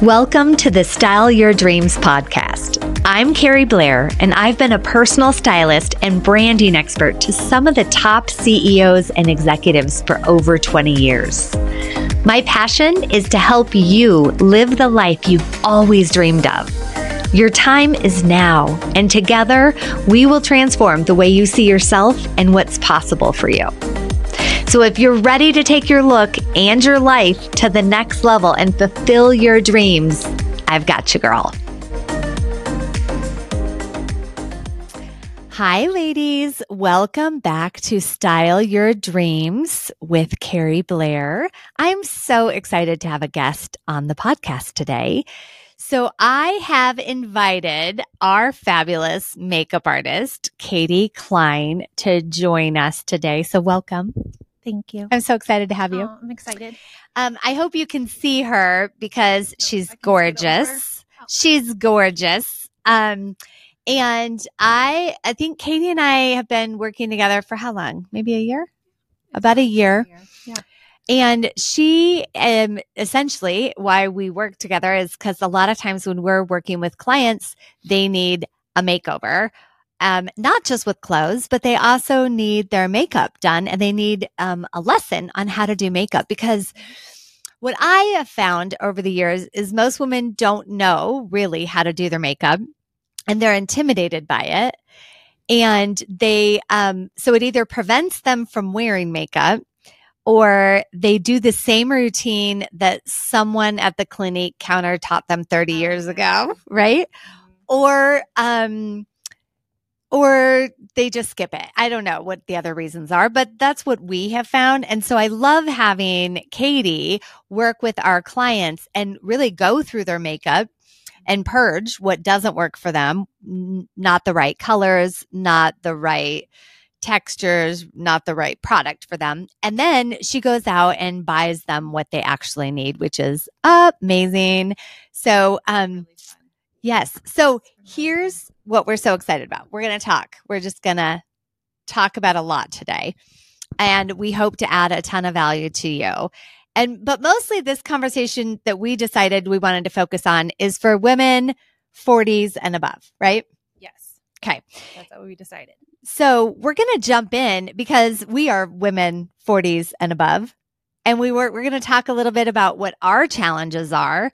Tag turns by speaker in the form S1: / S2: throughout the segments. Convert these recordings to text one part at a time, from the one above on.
S1: Welcome to the Style Your Dreams podcast. I'm Carrie Blair, and I've been a personal stylist and branding expert to some of the top CEOs and executives for over 20 years. My passion is to help you live the life you've always dreamed of. Your time is now, and together we will transform the way you see yourself and what's possible for you. So if you're ready to take your look and your life to the next level and fulfill your dreams, I've got you, girl. Hi, ladies. Welcome back to Style Your Dreams with Carrie Blair. I'm so excited to have a guest on the podcast today. So, I have invited our fabulous makeup artist, Katie Klein, to join us today. So, welcome.
S2: Thank you.
S1: I'm so excited to have you.
S2: Oh, I'm excited.
S1: Um, I hope you can see her because she's
S2: I can scoot
S1: gorgeous.
S2: over. Oh.
S1: She's gorgeous. Um, and I, I think Katie and I have been working together for how long? Maybe a year? About a year.
S2: Yeah.
S1: And she, um, essentially, why we work together is because a lot of times when we're working with clients, they need a makeover, um, not just with clothes, but they also need their makeup done and they need um, a lesson on how to do makeup because what I have found over the years is most women don't know really how to do their makeup and they're intimidated by it. And they, um, so it either prevents them from wearing makeup or they do the same routine that someone at the clinic counter taught them 30 years ago, right? Or, um, or they just skip it. I don't know what the other reasons are, but that's what we have found. And so I love having Katie work with our clients and really go through their makeup and purge what doesn't work for them, n- not the right colors, not the right textures, not the right product for them. And then she goes out and buys them what they actually need, which is amazing. So, um, Yes. So here's what we're so excited about. We're going to talk. We're just going to talk about a lot today. And we hope to add a ton of value to you. And, but mostly this conversation that we decided we wanted to focus on is for women 40s and above, right?
S2: Yes.
S1: 'Kay.
S2: That's what we decided.
S1: So we're going to jump in because we are women 40s and above. And we were, we're going to talk a little bit about what our challenges are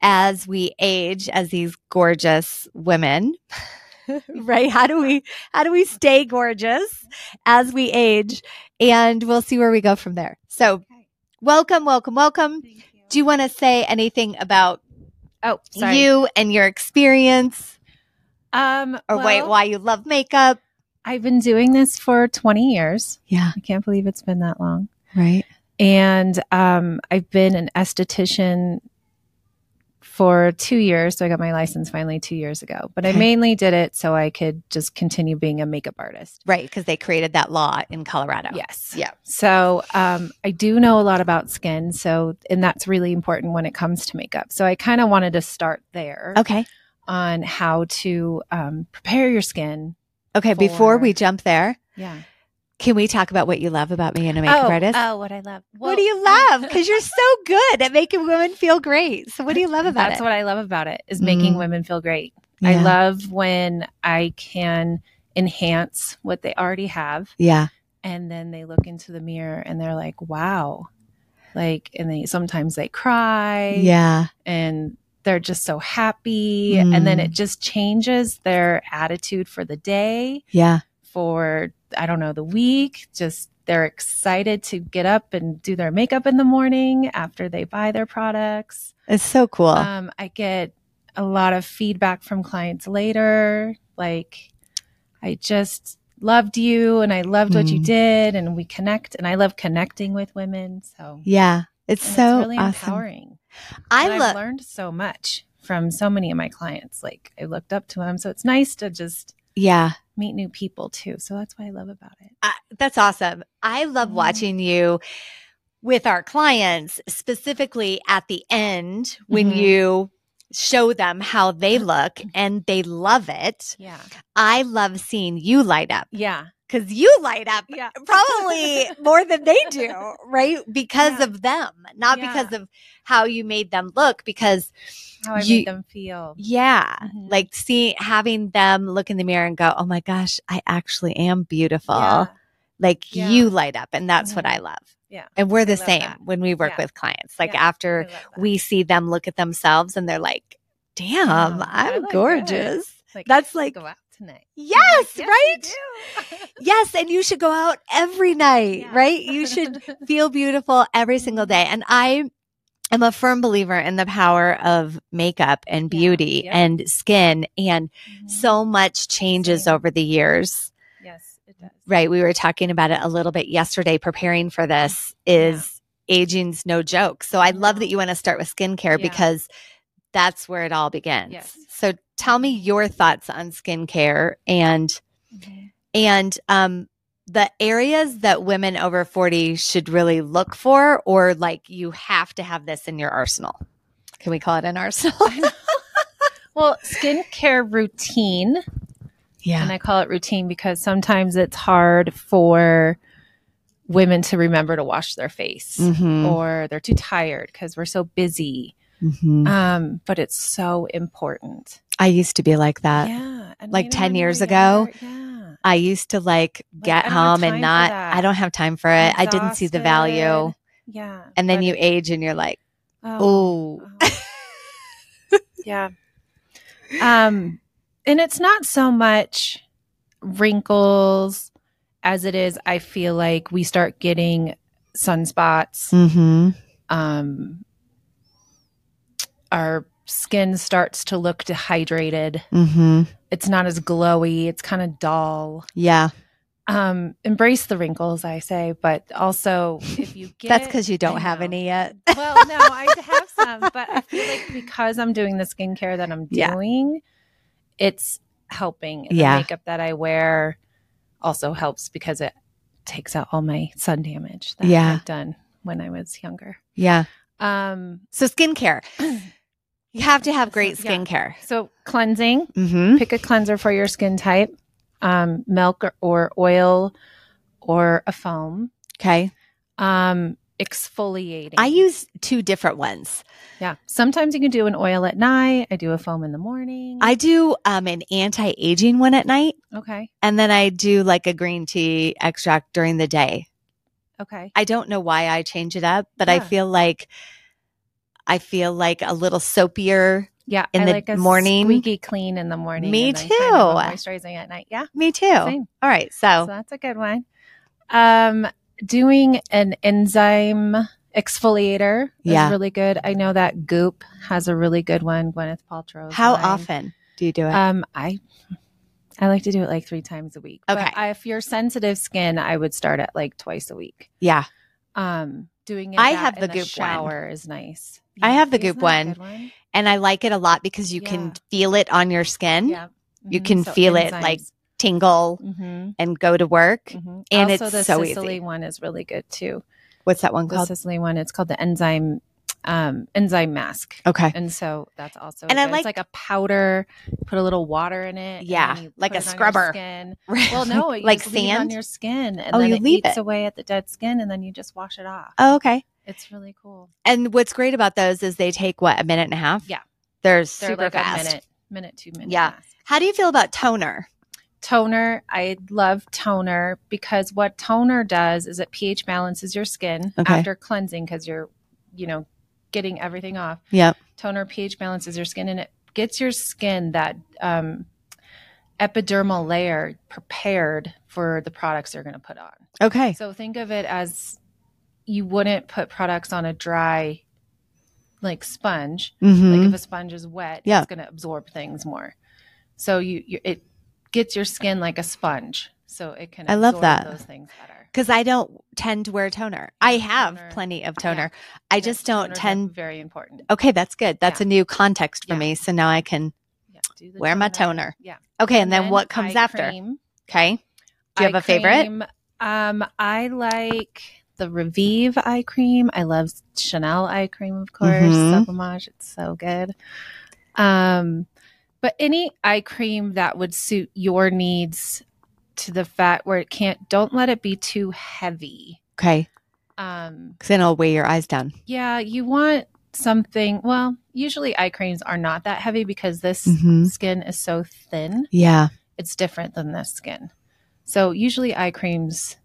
S1: as we age as these gorgeous women. right? How do we, how do we stay gorgeous as we age? And we'll see where we go from there. So
S2: Okay.
S1: welcome, welcome, welcome.
S2: Thank you.
S1: Do you want to say anything about
S2: oh, sorry.
S1: you and your experience
S2: um,
S1: or why,
S2: well,
S1: why you love makeup?
S2: I've been doing this for 20 years.
S1: Yeah.
S2: I can't believe it's been that long.
S1: Right.
S2: And um, I've been an esthetician for two years. So I got my license finally two years ago. But
S1: Okay.
S2: I mainly did it so I could just continue being a makeup artist.
S1: Right, because they created that law in Colorado.
S2: Yes.
S1: Yeah.
S2: So um, I do know a lot about skin. So, and that's really important when it comes to makeup. So I kind of wanted to start there
S1: Okay.
S2: on how to um, prepare your skin.
S1: Okay.
S2: For-
S1: Before we jump there,
S2: Yeah.
S1: can we talk about what you love about being
S2: Oh,
S1: a makeup artist?
S2: what I love.
S1: what do
S2: uh,
S1: you love? Because you're so good at making women feel great. So what do you love about
S2: That's
S1: it?
S2: what I love about it is making
S1: Mm.
S2: women feel great. I love when I can enhance what they already have.
S1: Yeah.
S2: And then they look into the mirror and they're like, wow. Like, and they sometimes they cry.
S1: Yeah.
S2: and they're just so happy. And then
S1: Mm.
S2: it just changes their attitude for the day,
S1: Yeah.
S2: for, I don't know, the week. Just they're excited to get up and do their makeup in the morning after they buy their products.
S1: It's so cool.
S2: Um, I get a lot of feedback from clients later. Like, I just loved you and I loved what you
S1: Mm.
S2: did and we connect and I love connecting with women. So,
S1: yeah. It's
S2: and
S1: so
S2: it's really
S1: awesome.
S2: empowering. And
S1: I
S2: I've
S1: love.
S2: learned so much from so many of my clients. Like I looked up to them, so it's nice to just
S1: yeah.
S2: meet new people too. So that's what I love about it.
S1: I, that's awesome. I love
S2: Mhm.
S1: watching you with our clients, specifically at the end when
S2: Mhm.
S1: you show them how they look and they love it.
S2: Yeah,
S1: I love seeing you light up
S2: yeah,
S1: because you light up
S2: Yeah.
S1: probably more than they do, right? Because
S2: Yeah.
S1: of them, not
S2: Yeah.
S1: because of how you made them look. Because,
S2: How I
S1: You-
S2: made them feel.
S1: yeah,
S2: Mhm.
S1: like see, having them look in the mirror and go, oh my gosh, I actually am beautiful.
S2: Yeah.
S1: Like
S2: Yeah.
S1: you light up. And that's what
S2: Mhm.
S1: I love.
S2: Yeah.
S1: And we're the
S2: love
S1: same
S2: that.
S1: when we work
S2: Yeah.
S1: with clients. Like
S2: Yeah. I
S1: after
S2: love that.
S1: we see them look at themselves and they're like, damn,
S2: Wow, I
S1: I'm
S2: look good."
S1: gorgeous.
S2: Like,
S1: that's
S2: "I should
S1: like-
S2: go out tonight.
S1: Yes,
S2: Yes, you
S1: right?
S2: do.
S1: Yes, and you should go out every night,
S2: Yeah. Mm-hmm.
S1: right? You should feel beautiful every single day. And I am a firm believer in the power of makeup and
S2: Yeah,
S1: beauty
S2: yeah.
S1: and skin. And
S2: Mhm.
S1: so much changes
S2: Same.
S1: over the years,
S2: yes, it does.
S1: right? We were talking about it a little bit yesterday preparing for this is aging's no joke. So I love
S2: Mhm.
S1: that you want to start with skincare
S2: Yeah.
S1: because that's where it all begins.
S2: Yes.
S1: So tell me your thoughts on skincare and
S2: Mhm.
S1: and um the areas that women over 40 should really look for or like you have to have this in your arsenal can we call it an arsenal
S2: Well, skincare routine,
S1: yeah
S2: and I call it routine because sometimes it's hard for women to remember to wash their face,
S1: mm-hmm.
S2: or they're too tired because we're so busy. Um, but it's so important.
S1: Mm-hmm. i used to be like that
S2: yeah, and
S1: like
S2: you know,
S1: 10
S2: when we
S1: years
S2: were
S1: ago,
S2: younger- yeah,
S1: i used to like get
S2: I don't have
S1: home
S2: time
S1: and
S2: for
S1: not
S2: that.
S1: i don't have time for it i didn't see the value
S2: Exhausted. yeah,
S1: and then
S2: but
S1: you
S2: it-
S1: age and you're like
S2: oh,
S1: oh
S2: Oh. yeah. Um, and it's not so much wrinkles as it is, I feel like we start getting sunspots.
S1: mm-hmm.
S2: Um, our skin starts to look dehydrated.
S1: Mm-hmm.
S2: It's not as glowy, it's kind of dull.
S1: yeah
S2: Um, embrace the wrinkles, I say, but also if you get
S1: that's because you don't
S2: I
S1: have
S2: know.
S1: any yet
S2: well, no, I have some, but I feel like because I'm doing the skincare that I'm
S1: Yeah.
S2: doing, it's helping.
S1: Yeah.
S2: The makeup that I wear also helps because it takes out all my sun damage that
S1: Yeah.
S2: I've done when I was younger.
S1: yeah
S2: Um,
S1: so skincare you have to have great
S2: Yeah.
S1: skincare
S2: so cleansing,
S1: mm-hmm.
S2: pick a cleanser for your skin type, um, milk or, or oil or a foam.
S1: Okay.
S2: Um, exfoliating.
S1: I use two different ones.
S2: yeah. Sometimes you can do an oil at night. I do a foam in the morning.
S1: I do um, an anti aging one at night,
S2: okay.
S1: and then I do like a green tea extract during the day.
S2: Okay.
S1: I don't know why I change it up, but I
S2: Yeah.
S1: feel like I feel like a little soapier.
S2: Yeah,
S1: in
S2: I
S1: the
S2: like a
S1: morning.
S2: squeaky clean in the morning.
S1: Me
S2: and then kind of a
S1: too.
S2: moisturizing at night. Yeah,
S1: Me too. Oh.
S2: same.
S1: All right.
S2: So
S1: So,
S2: that's a good one. Um, doing an enzyme exfoliator
S1: Yeah.
S2: is really good. I know that Goop has a really good one. Gwyneth Paltrow.
S1: how often do you do it?
S2: Um, I I like to do it like three times a week.
S1: Okay.
S2: But I- if you're sensitive skin, I would start at like twice a week.
S1: yeah.
S2: Um, doing it.
S1: I
S2: that
S1: have
S2: in
S1: the Goop one.
S2: shower is nice.
S1: I have the
S2: isn't
S1: Goop
S2: that a
S1: one.
S2: good one?
S1: And I like it a lot because you
S2: Yeah.
S1: can feel it on your skin,
S2: Yeah.
S1: You
S2: Mhm.
S1: can feel it, like, tingle,
S2: Mhm.
S1: and go to work.
S2: Mhm.
S1: And
S2: also,
S1: it's
S2: the
S1: so
S2: Sicily
S1: easy.
S2: one is really good too.
S1: What's that one
S2: The
S1: called?
S2: Sicily one, it's called the enzyme um, enzyme mask,
S1: Okay.
S2: and so that's also
S1: And I
S2: good.
S1: like-
S2: it's like a powder. Put a little water in it. and
S1: Yeah,
S2: then you
S1: like
S2: put
S1: a
S2: it on your
S1: scrubber.
S2: skin. Well,
S1: Like-
S2: no, you
S1: like
S2: just leave it on
S1: sand?
S2: your skin, and
S1: Oh,
S2: then
S1: you
S2: it
S1: leave
S2: eats
S1: it.
S2: away at the dead skin, and then you just wash it off.
S1: Oh, okay.
S2: It's really cool.
S1: And what's great about those is they take what a minute and a half.
S2: Yeah.
S1: they're
S2: They're
S1: super
S2: like
S1: fast.
S2: a minute, minute, two minute.
S1: Yeah.
S2: mask.
S1: How do you feel about toner?
S2: Toner, I love toner because what toner does is it pH balances your skin
S1: Okay.
S2: after cleansing because you're, you know, getting everything off.
S1: Yep.
S2: Toner pH balances your skin and it gets your skin that um, epidermal layer prepared for the products you're going to put on.
S1: Okay.
S2: So think of it as you wouldn't put products on a dry, like sponge.
S1: Mm-hmm.
S2: Like if a sponge is wet,
S1: Yeah.
S2: it's going to absorb things more. So you, you it gets your skin like a sponge, so it can
S1: I love
S2: absorb
S1: that.
S2: those things better.
S1: Because I don't tend to wear toner. I have
S2: Toner.
S1: plenty of
S2: Yeah.
S1: toner. I
S2: Yeah,
S1: just don't
S2: toners are
S1: tend. Oh,
S2: very important.
S1: Okay, that's good. That's
S2: Yeah.
S1: a new context for
S2: Yeah.
S1: me. So now I can.
S2: Yeah, do the
S1: Wear my toner.
S2: Yeah,
S1: Okay, and then, what comes
S2: eye
S1: after?
S2: cream.
S1: Okay. Do you have
S2: Eye
S1: a favorite?
S2: cream, Um, I like the Revive eye cream. I love Chanel eye cream, of course.
S1: Mhm.
S2: Sublimage, it's so good. Um, but any eye cream that would suit your needs to the fat where it can't don't let it be too heavy.
S1: Okay.
S2: Um
S1: Because then it'll weigh your eyes down.
S2: yeah, you want something well, usually eye creams are not that heavy because this
S1: Mm-hmm.
S2: skin is so thin.
S1: Yeah.
S2: It's different than this skin. So usually eye creams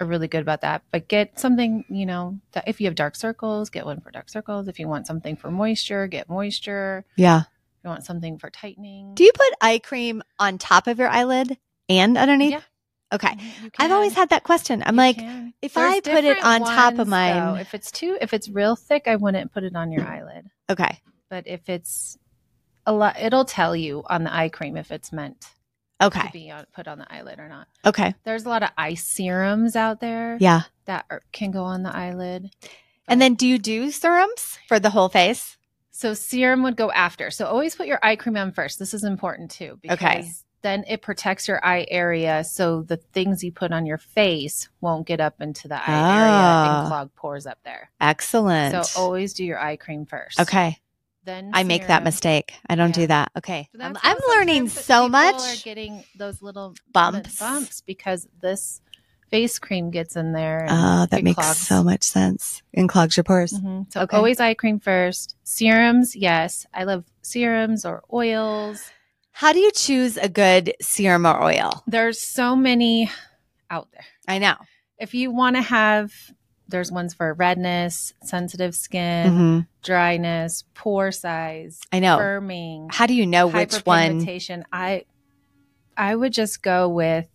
S2: are really good about that. But get something, you know, that if you have dark circles, get one for dark circles. If you want something for moisture, get moisture.
S1: Yeah.
S2: If you want something for tightening.
S1: Do you put eye cream on top of your eyelid and underneath?
S2: Yeah.
S1: Okay.
S2: Mhm, you
S1: I've always
S2: can.
S1: had that question. I'm
S2: You
S1: like,
S2: can.
S1: if
S2: There's
S1: I put it
S2: different
S1: on top of
S2: ones,
S1: mine-
S2: though. if it's too, if it's real thick, I wouldn't put it on your eyelid.
S1: okay.
S2: But if it's a lot, it'll tell you on the eye cream if it's meant to
S1: Okay.
S2: be on, put on the eyelid or not.
S1: Okay.
S2: There's a lot of eye serums out there
S1: Yeah.
S2: that are, can go on the eyelid.
S1: And
S2: But-
S1: then do you do serums for the whole face?
S2: so serum would go after. So always put your eye cream on first. This is important too because
S1: Okay.
S2: then it protects your eye area, so the things you put on your face won't get up into the eye area
S1: Ah.
S2: and clog pores up there.
S1: Excellent.
S2: So oh, always do your eye cream first.
S1: okay.
S2: Then
S1: I make that
S2: serum.
S1: mistake. I don't
S2: Yeah.
S1: do that. Okay.
S2: But
S1: I'm,
S2: that's
S1: I'm
S2: why
S1: learning
S2: sometimes that
S1: so
S2: people
S1: much.
S2: Are getting those little
S1: Bumps.
S2: bumps because this face cream gets in there. and-
S1: Oh, that
S2: It
S1: makes
S2: clogs.
S1: so much sense. And clogs your pores.
S2: Mhm. So
S1: Okay.
S2: always eye cream first. Serums, yes, I love serums or oils.
S1: How do you choose a good serum or oil?
S2: There's so many out there.
S1: I know.
S2: If you want to have, there's ones for redness, sensitive skin,
S1: hmm
S2: dryness, pore size,
S1: I know.
S2: firming.
S1: How do you know which one?
S2: hyperpigmentation, I I would just go with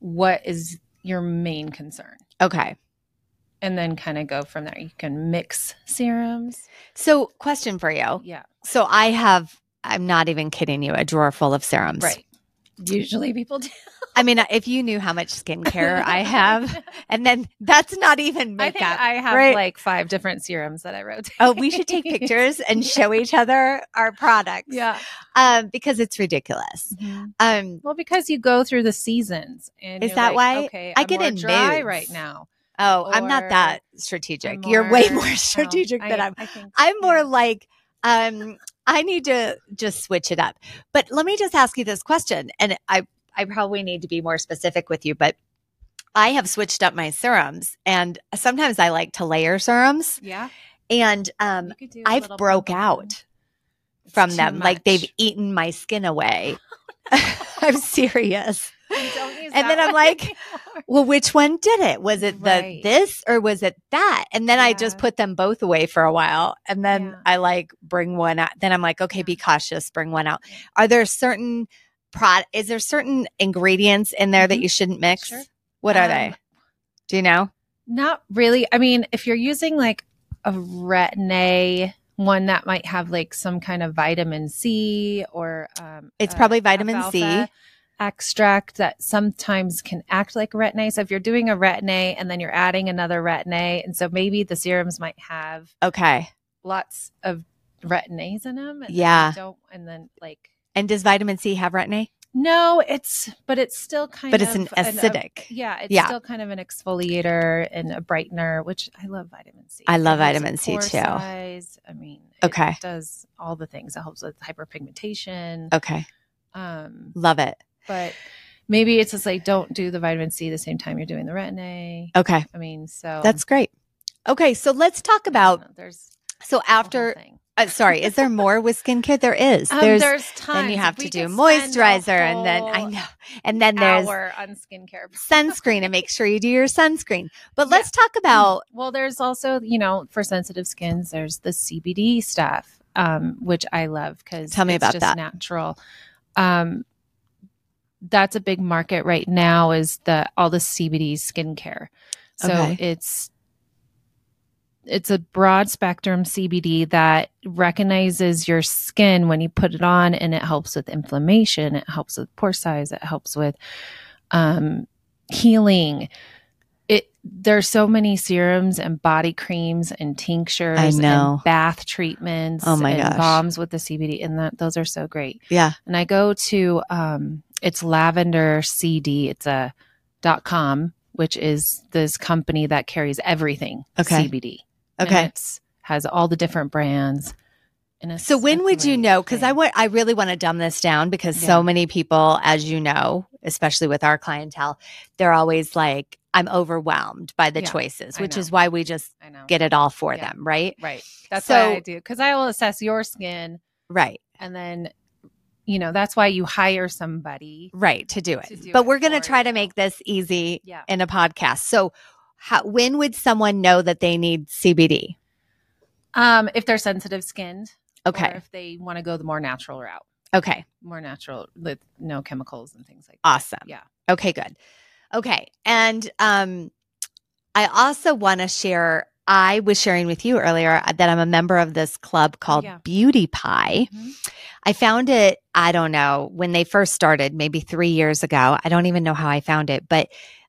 S2: what is your main concern
S1: Okay.
S2: and then kind of go from there. You can mix serums.
S1: So, question for you.
S2: Yeah.
S1: So, I have, I'm not even kidding you, a drawer full of serums.
S2: Right. Usually people do
S1: I mean, uh, if you knew how much skincare I have, and then that's not even
S2: I think
S1: makeup.
S2: I have
S1: right?
S2: like five different serums that I wrote.
S1: oh, we should take pictures and show each other our products.
S2: yeah.
S1: Um, because it's ridiculous. Um,
S2: Well, because you go through the seasons and
S1: Is
S2: you're
S1: that
S2: like,
S1: why?
S2: okay,
S1: I
S2: I'm
S1: get
S2: more
S1: in
S2: dry
S1: moods.
S2: right now. Oh,
S1: oh, I'm
S2: Or
S1: not that strategic. You're way more strategic than I'm. I'm more like, um, I need to just switch it up. But let me just ask you this question, and I I probably need to be more specific with you, but I have switched up my serums, and sometimes I like to layer serums,
S2: yeah.
S1: and um,
S2: you could do a
S1: I've
S2: little
S1: broke
S2: pumpkin.
S1: out from
S2: too
S1: them, like they've
S2: much.
S1: eaten my skin away. I'm serious.
S2: You don't use
S1: And
S2: that
S1: then I'm
S2: one
S1: like,
S2: anymore.
S1: Well, which one did it? Was it the
S2: Right.
S1: this or was it that? And then I just
S2: Yeah.
S1: put them both away for a while. And then
S2: Yeah.
S1: I like bring one out. Then I'm like, okay,
S2: Yeah.
S1: be cautious, bring one out. Are there certain prod is there certain ingredients in there that
S2: Mhm.
S1: you shouldn't mix?
S2: Sure.
S1: What are
S2: Um,
S1: they? Do you know?
S2: Not really. I mean, if you're using like a retin-A one that might have like some kind of vitamin C or um,
S1: It's
S2: uh,
S1: probably vitamin
S2: alfalfa
S1: C.
S2: extract that sometimes can act like retin-A. So if you're doing a retin-A and then you're adding another retin-A, and so maybe the serums might have
S1: Okay.
S2: lots of retin-As in them. And then
S1: Yeah.
S2: Don't and then like
S1: And does vitamin C have retin A?
S2: no, it's but it's still kind
S1: But
S2: of
S1: it's an
S2: ab-
S1: acidic.
S2: Yeah, it's
S1: Yeah.
S2: still kind of an exfoliator and a brightener, which I love vitamin C.
S1: I love
S2: It helps
S1: vitamin C
S2: pore
S1: too.
S2: size. I mean, it
S1: Okay.
S2: does all the things. It helps with hyperpigmentation.
S1: Okay.
S2: Um,
S1: Love it.
S2: but maybe it's just like don't do the vitamin C the same time you're doing the retin A. I
S1: Okay.
S2: mean, so
S1: Oh. That's great. Okay, so let's talk
S2: I don't
S1: about
S2: know, there's
S1: so
S2: a whole
S1: after
S2: thing.
S1: uh, sorry, is there more with skincare? There is.
S2: Um,
S1: there's
S2: there's,
S1: then you
S2: tons.
S1: have
S2: We
S1: to do
S2: could spend a
S1: moisturizer and then I
S2: whole
S1: know. And then there's
S2: hour on skincare.
S1: sunscreen and make sure you do your sunscreen. But
S2: Yeah.
S1: let's talk about
S2: Well, there's also, you know, for sensitive skins, there's the CBD stuff, um, which I love because
S1: Tell me
S2: it's
S1: about
S2: just
S1: that.
S2: natural. Um, that's a big market right now is the all the CBD skincare. So
S1: Okay.
S2: it's it's a broad spectrum CBD that recognizes your skin when you put it on and it helps with inflammation, it helps with pore size, it helps with um healing. It there's so many serums and body creams and tinctures
S1: I know.
S2: and bath treatments
S1: Oh my
S2: and
S1: gosh.
S2: balms with the CBD and that those are so great.
S1: Yeah.
S2: And I go to um it's Lavender CD. It's a dot com, which is this company that carries everything
S1: Okay.
S2: CBD. And
S1: Mm-hmm. okay.
S2: it's has all the different brands. in a
S1: So when would you
S2: separate
S1: know? Because I
S2: thing.
S1: want I really want to dumb this down because
S2: Yeah.
S1: so many people, as you know, especially with our clientele, they're always like, I'm overwhelmed by the
S2: Yeah,
S1: choices,
S2: I
S1: which
S2: know.
S1: is why we just
S2: I know.
S1: get it all for
S2: Yeah.
S1: them, right?
S2: right. That's
S1: So-
S2: what I do because I will assess your skin,
S1: Right.
S2: and then you know that's why you hire somebody.
S1: Right. To do it.
S2: To do
S1: but
S2: it
S1: we're gonna
S2: for
S1: try to
S2: you.
S1: make this easy
S2: Yeah.
S1: in a podcast. So how, when would someone know that they need CBD?
S2: Um, if they're sensitive skinned,
S1: Okay.
S2: or if they want to go the more natural route,
S1: Okay.
S2: more natural with no chemicals and things like that.
S1: Awesome.
S2: Yeah.
S1: Okay, good. Okay. And um I also want to share I was sharing with you earlier uh, that I'm a member of this club called
S2: yeah.
S1: Beauty Pie.
S2: Mhm.
S1: I found it, I don't know, when they first started, maybe 3 years ago. I don't even know how I found it, but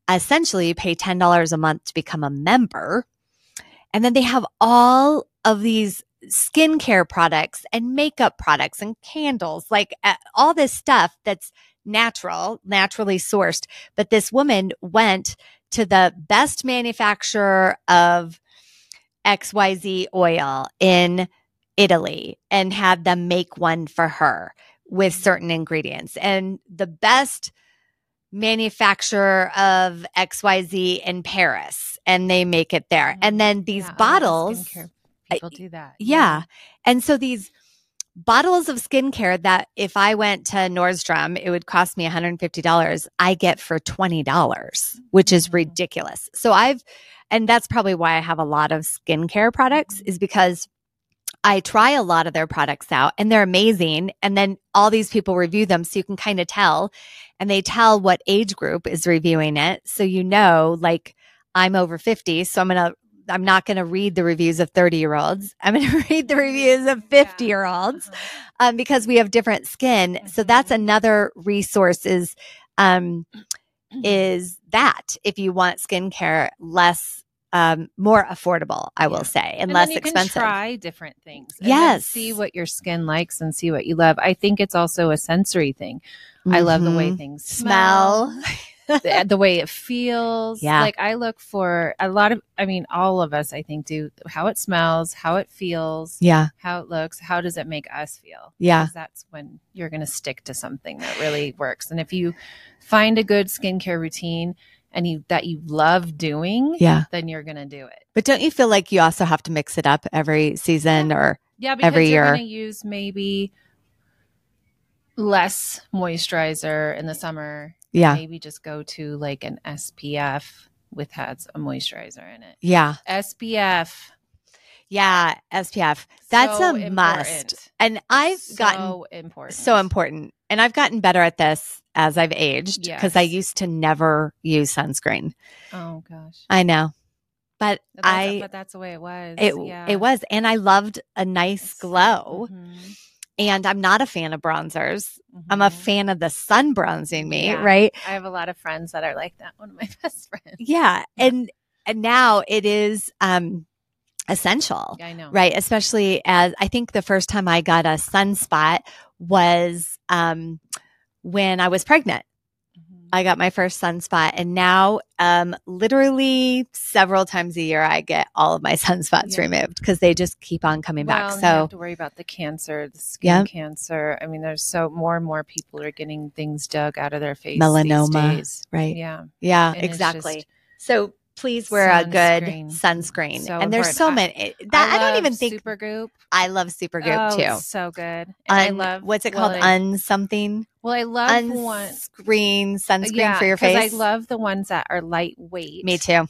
S1: essentially you pay $10 a month to become a member. And then they have all of these skincare products and makeup products and candles, like uh, all this stuff that's natural, naturally sourced. But this woman went to the best manufacturer of XYZ oil in Italy and had them make one for her with certain ingredients. And the best manufacturer of XYZ in Paris and they make it there. And then these
S2: Yeah, a lot of
S1: bottles
S2: skincare
S1: I-
S2: People do that.
S1: yeah. And so these bottles of skincare that if I went to Nordstrom, it would cost me $150, I get for $20, which is
S2: Mhm.
S1: ridiculous. So I've, and that's probably why I have a lot of skincare products is because I try a lot of their products out and they're amazing. And then all these people review them. So you can kind of tell and they tell what age group is reviewing it. So you know, like I'm over 50, so I'm going to I'm not going to read the reviews of 30 year olds. I'm going to read the reviews of 50 year olds
S2: Uh-huh.
S1: um, because we have different skin. So that's
S2: Mhm.
S1: another resource is, um,
S2: Mm-hmm.
S1: is that if you want skincare less, um, more affordable, I will
S2: Yeah.
S1: say, and,
S2: And
S1: less
S2: then you
S1: expensive.
S2: Can try different things. and then
S1: Yes.
S2: see what your skin likes and see what you love. I think it's also a sensory thing. I love the way
S1: Mhm.
S2: things smell,
S1: smell.
S2: the, the way it feels.
S1: Yeah.
S2: Like I look for a lot of, I mean, all of us, I think, do how it smells, how it feels,
S1: Yeah.
S2: how it looks, how does it make us feel?
S1: Yeah.
S2: 'Cause that's when you're going to stick to something that really works. And if you find a good skincare routine and you that you love doing,
S1: Yeah.
S2: then you're going to do it.
S1: But don't you feel like you also have to mix it up every season or,
S2: Yeah, because
S1: every
S2: you're
S1: year.
S2: going to use maybe less moisturizer in the summer.
S1: yeah.
S2: Maybe just go to like an SPF with has a moisturizer in it.
S1: Yeah.
S2: SPF.
S1: Yeah. SPF. That's
S2: so
S1: a must.
S2: important.
S1: And I've
S2: so
S1: gotten
S2: important.
S1: so important. And I've gotten better at this as I've aged because I
S2: Yes.
S1: used to never use sunscreen.
S2: Oh gosh.
S1: I know. But
S2: But that's,
S1: I
S2: but that's the way it was.
S1: it
S2: yeah.
S1: it was and I loved a nice
S2: It's-
S1: glow
S2: mhm,
S1: and I'm not a fan of bronzers. I'm a
S2: mhm.
S1: fan of the sun bronzing me,
S2: Yeah.
S1: right?
S2: I have a lot of friends that are like that. One of my best friends.
S1: Yeah. And and now it is um essential.
S2: Yeah, I know.
S1: Right. Especially as I think the first time I got a sunspot was um when I was pregnant.
S2: Mhm.
S1: I got my first sunspot, and now, um, literally several times a year, I get all of my sunspots
S2: Yeah.
S1: removed because they just keep on coming
S2: Well,
S1: back.
S2: and you have
S1: So,
S2: to worry about the cancer, the skin
S1: Yeah.
S2: cancer. I mean, there's so more and more people are getting things dug out of their face. these
S1: Melanoma,
S2: days.
S1: right?
S2: Yeah,
S1: Yeah,
S2: And it's
S1: exactly.
S2: just-
S1: so, please wear a good
S2: Sunscreen.
S1: sunscreen,
S2: So
S1: and there's so
S2: important.
S1: many. it- That I, don't
S2: love
S1: even think
S2: Supergoop.
S1: I love Supergoop
S2: oh,
S1: too.
S2: it's so good. And I
S1: Un-
S2: love
S1: what's it
S2: well,
S1: called?
S2: I-
S1: Un something
S2: well, I love one.
S1: unscreen sunscreen
S2: yeah,
S1: for your
S2: 'cause
S1: face.
S2: I love the ones that are lightweight.
S1: Me too.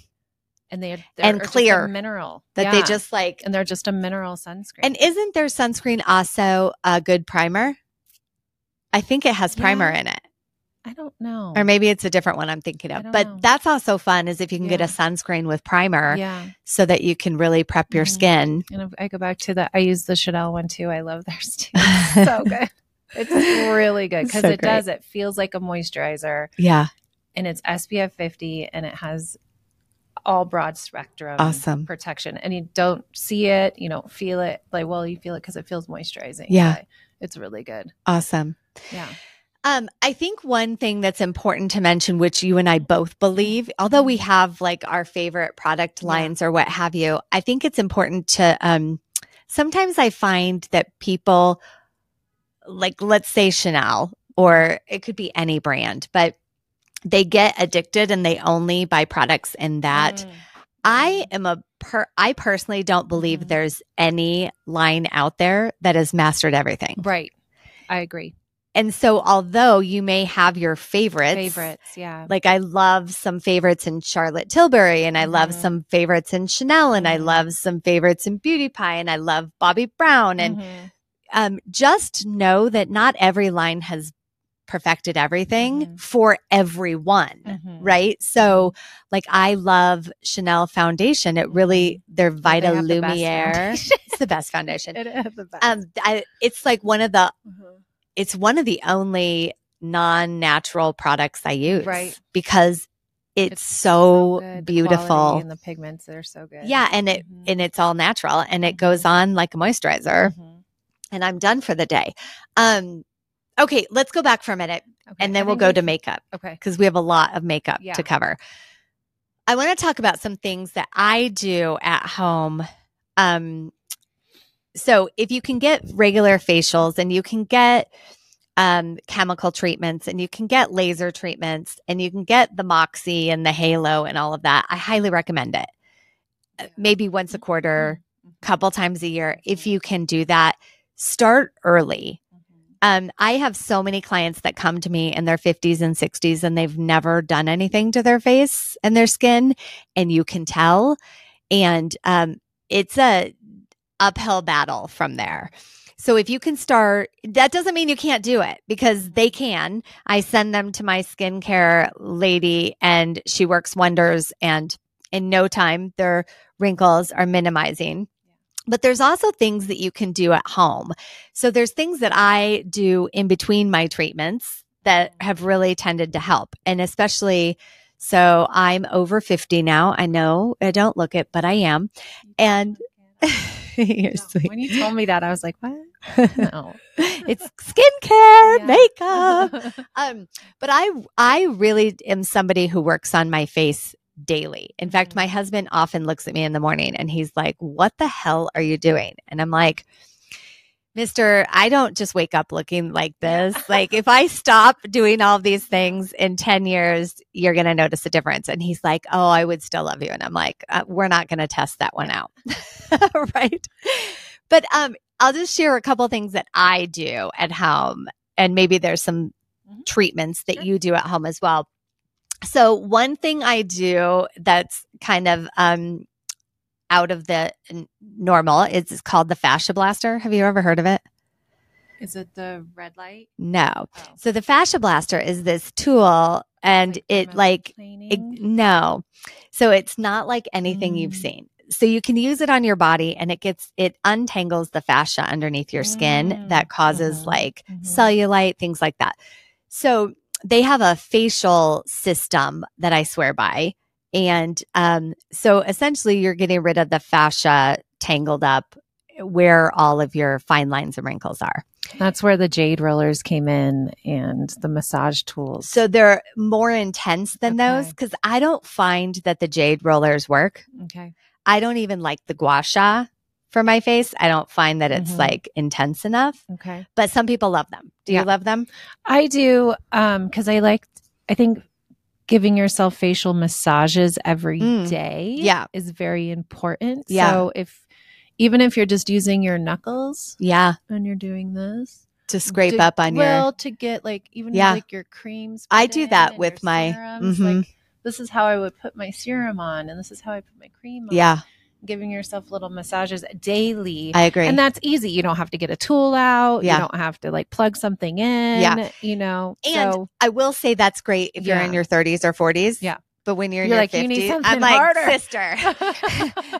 S2: And they are
S1: And
S2: they're just a
S1: clear.
S2: mineral
S1: That they
S2: Yeah.
S1: just like.
S2: and they're just a mineral sunscreen.
S1: And isn't their sunscreen also a good primer? I think it has primer
S2: Yeah.
S1: in it.
S2: I don't know.
S1: Or maybe it's a different one I'm thinking
S2: I
S1: of.
S2: don't
S1: But
S2: know.
S1: that's also fun is if you can get a
S2: Yeah.
S1: sunscreen with primer
S2: yeah,
S1: so that you can really prep your
S2: Mhm.
S1: skin.
S2: and if I go back to the I use the Chanel one too. I love theirs too. so good. It's really good because
S1: So
S2: it does. It feels like a moisturizer,
S1: Yeah.
S2: and it's SPF 50, and it has all broad spectrum
S1: Awesome.
S2: protection. And you don't see it, you don't feel it. Like, well, you feel it because it feels moisturizing.
S1: Yeah.
S2: but it's really good.
S1: Awesome.
S2: Yeah,
S1: Um, I think one thing that's important to mention, which you and I both believe, although we have like our favorite product
S2: Yeah.
S1: lines or what have you, I think it's important to um, sometimes I find that people, like, let's say Chanel, or it could be any brand, but they get addicted and they only buy products in that. Mm. I am a per I personally don't believe
S2: Mm-hmm.
S1: mm. there's any line out there that has mastered everything.
S2: Right. I agree.
S1: And so although you may have your favorites,
S2: favorites, yeah.
S1: Like I love some favorites in Charlotte Tilbury and I mm-hmm. love some favorites in Chanel and I love some favorites in Beauty Pie and I love Bobby Brown and mm-hmm. um, just know that not every line has perfected everything mm-hmm. for everyone, mm-hmm. right? So, like, I love Chanel Foundation. It really, their Vita Mm-hmm. they Lumiere, the it's the best foundation.
S2: It is the best.
S1: Um, I, it's like one of the, mm-hmm. it's one of the only non-natural products I use,
S2: right?
S1: Because it's, it's so, so beautiful,
S2: the and the pigments they're so good. Mm-hmm.
S1: Yeah, and it and it's all natural, and it goes on like a moisturizer.
S2: Mm-hmm.
S1: And I'm done for the day. Um, Okay, let's go back for a minute okay. and then we'll go to makeup.
S2: Okay.
S1: Because we have a lot of makeup yeah. to cover. I want to talk about some things that I do at home. Um, so if you can get regular facials and you can get um, chemical treatments and you can get laser treatments and you can get the Moxie and the Halo and all of that, I highly recommend it. Yeah. Maybe once a quarter, mm-hmm. couple times a year. If you can do that, start early.
S2: Mm-hmm,
S1: Um, I have so many clients that come to me in their 50s and 60s and they've never done anything to their face and their skin, and you can tell. And um, it's a uphill battle from there. So if you can start, that doesn't mean you can't do it because they can. I send them to my skincare lady, and she works wonders. And in no time, their wrinkles are minimizing but there's also things that you can do at home. So there's things that I do in between my treatments that have really tended to help. And especially, so I'm over 50 now. I know I don't look it, but I am. And
S2: you're no, sweet. When you told me that, I was like, what? No.
S1: it's skincare, yeah. makeup. um, but I, I really am somebody who works on my face daily. In fact, my husband often looks at me in the morning and he's like, What the hell are you doing? And I'm like, Mister, I don't just wake up looking like this. Like, if I stop doing all these things in 10 years, you're going to notice a difference. And he's like, Oh, I would still love you. And I'm like, uh, We're not going to test that one out. right. But um, I'll just share a couple things that I do at home. And maybe there's some mm-hmm. treatments that sure. you do at home as well. So one thing I do that's kind of um, out of the n- normal is it's called the fascia blaster. Have you ever heard of it?
S2: Is it the red light?
S1: No. Oh. So the fascia blaster is this tool and like it like it, no. So it's not like anything mm. you've seen. So you can use it on your body and it gets it untangles the fascia underneath your skin mm. that causes mm-hmm. like mm-hmm. cellulite things like that. So they have a facial system that I swear by. And um, so essentially, you're getting rid of the fascia tangled up where all of your fine lines and wrinkles are.
S2: That's where the jade rollers came in and the massage tools.
S1: So they're more intense than okay. those because I don't find that the jade rollers work.
S2: Okay.
S1: I don't even like the gua sha for my face. I don't find that it's mm-hmm. like intense enough.
S2: Okay.
S1: But some people love them. Do you yeah. love them?
S2: I do um cuz I like I think giving yourself facial massages every mm. day,
S1: yeah.
S2: is very important.
S1: Yeah.
S2: So if even if you're just using your knuckles,
S1: yeah,
S2: when you're doing this,
S1: to scrape to, up on
S2: well,
S1: your
S2: well to get like even yeah. like your creams.
S1: I do that with my serums, mm-hmm.
S2: like this is how I would put my serum on and this is how I put my cream on.
S1: Yeah
S2: giving yourself little massages daily.
S1: I agree.
S2: And that's easy. You don't have to get a tool out. Yeah. You don't have to like plug something in.
S1: Yeah.
S2: You know.
S1: And so, I will say that's great if yeah. you're in your 30s or 40s.
S2: Yeah.
S1: But when you're, you're in your like, 50s, I'm like, harder. sister,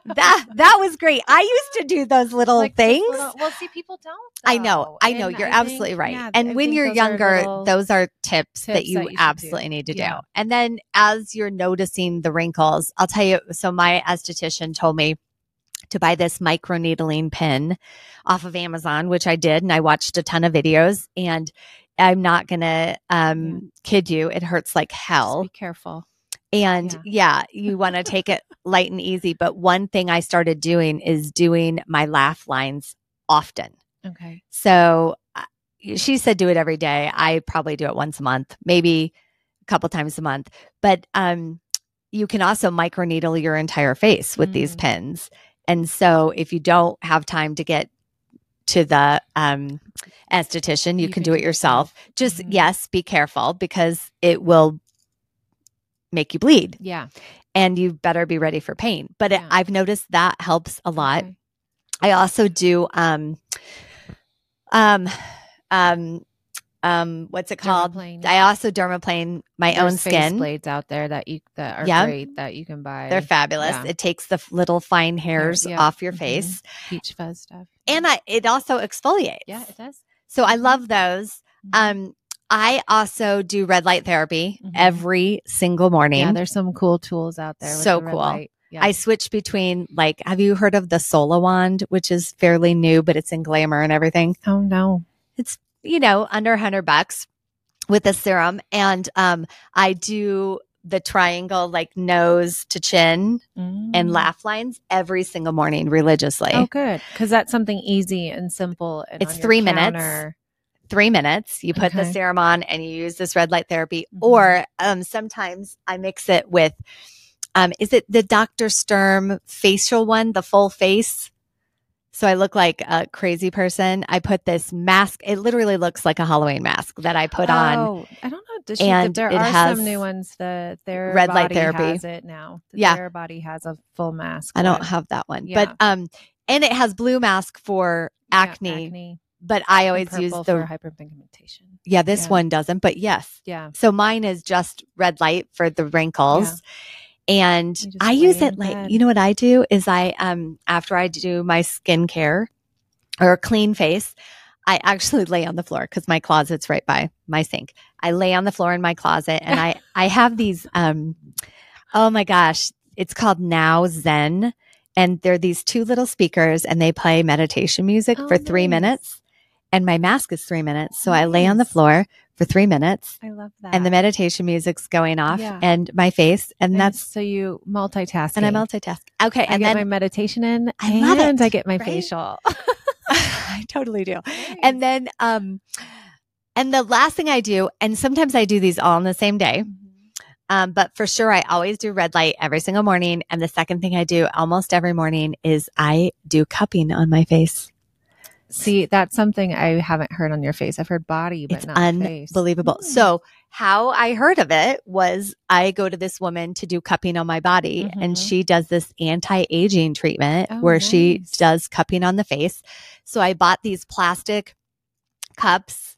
S1: that that was great. I used to do those little like things. Little,
S2: well, see, people don't.
S1: Though. I know, I know. And you're I absolutely think, right. Yeah, and I when you're those younger, are little, those are tips, tips that, you that you, absolutely do. need to yeah. do. And then as you're noticing the wrinkles, I'll tell you. So my esthetician told me to buy this microneedling pin off of Amazon, which I did, and I watched a ton of videos. And I'm not gonna um, kid you; it hurts like hell.
S2: Just be careful
S1: And yeah, you want to take it light and easy. But one thing I started doing is doing my laugh lines often.
S2: Okay.
S1: So uh, she said do it every day. I probably do it once a month, maybe a couple times a month. But um, you can also microneedle your entire face with these
S2: Mm.
S1: pins. And so if you don't have time to get to the um, esthetician, you, can, do it yourself. Mm-hmm. Just
S2: Mhm.
S1: yes, be careful because it will make you bleed
S2: Yeah.
S1: and you better be ready for pain. But it,
S2: Yeah.
S1: I've noticed that helps a lot.
S2: Okay.
S1: I also do um um um um what's it called?
S2: Dermaplane.
S1: I also dermaplane my
S2: There's
S1: own
S2: face
S1: skin.
S2: blades out there that you that are
S1: Yeah.
S2: great that you can buy.
S1: They're fabulous.
S2: Yeah.
S1: It takes the f- little fine hairs
S2: yeah.
S1: off your
S2: Mhm.
S1: face
S2: peach fuzz stuff.
S1: and I it also exfoliates.
S2: yeah, it does.
S1: So I love those.
S2: Mhm.
S1: Um I also do red light therapy
S2: Mhm.
S1: every single morning.
S2: yeah, there's some cool tools out there. with
S1: So
S2: the red
S1: cool.
S2: light. Yeah.
S1: I switch between like have you heard of the Sola wand which is fairly new but it's in glamour and everything?
S2: oh no.
S1: you know, under 100 bucks with a serum. And um, I do the triangle, like nose to chin and
S2: Mm.
S1: laugh lines every single morning religiously.
S2: Oh, good, because that's something easy and simple. And
S1: It's
S2: on your
S1: three minutes.
S2: counter.
S1: Three minutes, you put the
S2: Okay.
S1: serum on and you use this red light therapy.
S2: Mhm.
S1: Or um, sometimes I mix it with, um, is it the Dr. Sturm facial one, the full face? So I look like a crazy person. I put this mask. It literally looks like a Halloween mask that I put on.
S2: Oh, I don't know. Does she,
S1: And
S2: there
S1: it
S2: are
S1: has
S2: some new ones. The their
S1: red light therapy.
S2: has it now. The
S1: Yeah.
S2: their body has a full mask.
S1: I don't
S2: one.
S1: have that one.
S2: Yeah.
S1: But um and it has blue mask for
S2: Yeah,
S1: acne, but I
S2: and
S1: always use
S2: purple
S1: the
S2: for hyperpigmentation.
S1: Yeah, this
S2: yeah.
S1: one doesn't, but yes.
S2: Yeah,
S1: So mine is just red light for the wrinkles. And
S2: You just
S1: I
S2: lay
S1: use
S2: in
S1: it like
S2: bed.
S1: you know what I do is I um after I do my skincare or a clean face, I actually lay on the floor because my closet's right by my sink. I lay on the floor in my closet and I I have these um oh my gosh, it's called Now Zen. And they're these two little speakers and they play meditation music
S2: Oh,
S1: for three
S2: nice.
S1: minutes. And my mask is three minutes. So I lay on the
S2: Nice.
S1: floor for three minutes
S2: I love that.
S1: and the meditation music's going off
S2: Yeah.
S1: and my face. And
S2: And
S1: that's,
S2: so you multitask.
S1: and I multitask. Okay.
S2: I
S1: And
S2: get
S1: then
S2: my meditation in,
S1: I love
S2: and
S1: it,
S2: I get my
S1: right?
S2: facial.
S1: I totally do. And then, um, and the last thing I do, and sometimes I do these all on the same day.
S2: Mm-hmm.
S1: Um, but for sure, I always do red light every single morning. And the second thing I do almost every morning is I do cupping on my face.
S2: see, that's something I haven't heard on your face. I've heard body, but
S1: it's
S2: not face.
S1: unbelievable.
S2: Mm.
S1: So, how I heard of it was I go to this woman to do cupping on my body, and
S2: Mhm.
S1: she does this anti aging treatment
S2: Oh,
S1: where she
S2: nice.
S1: does cupping on the face. So, I bought these plastic cups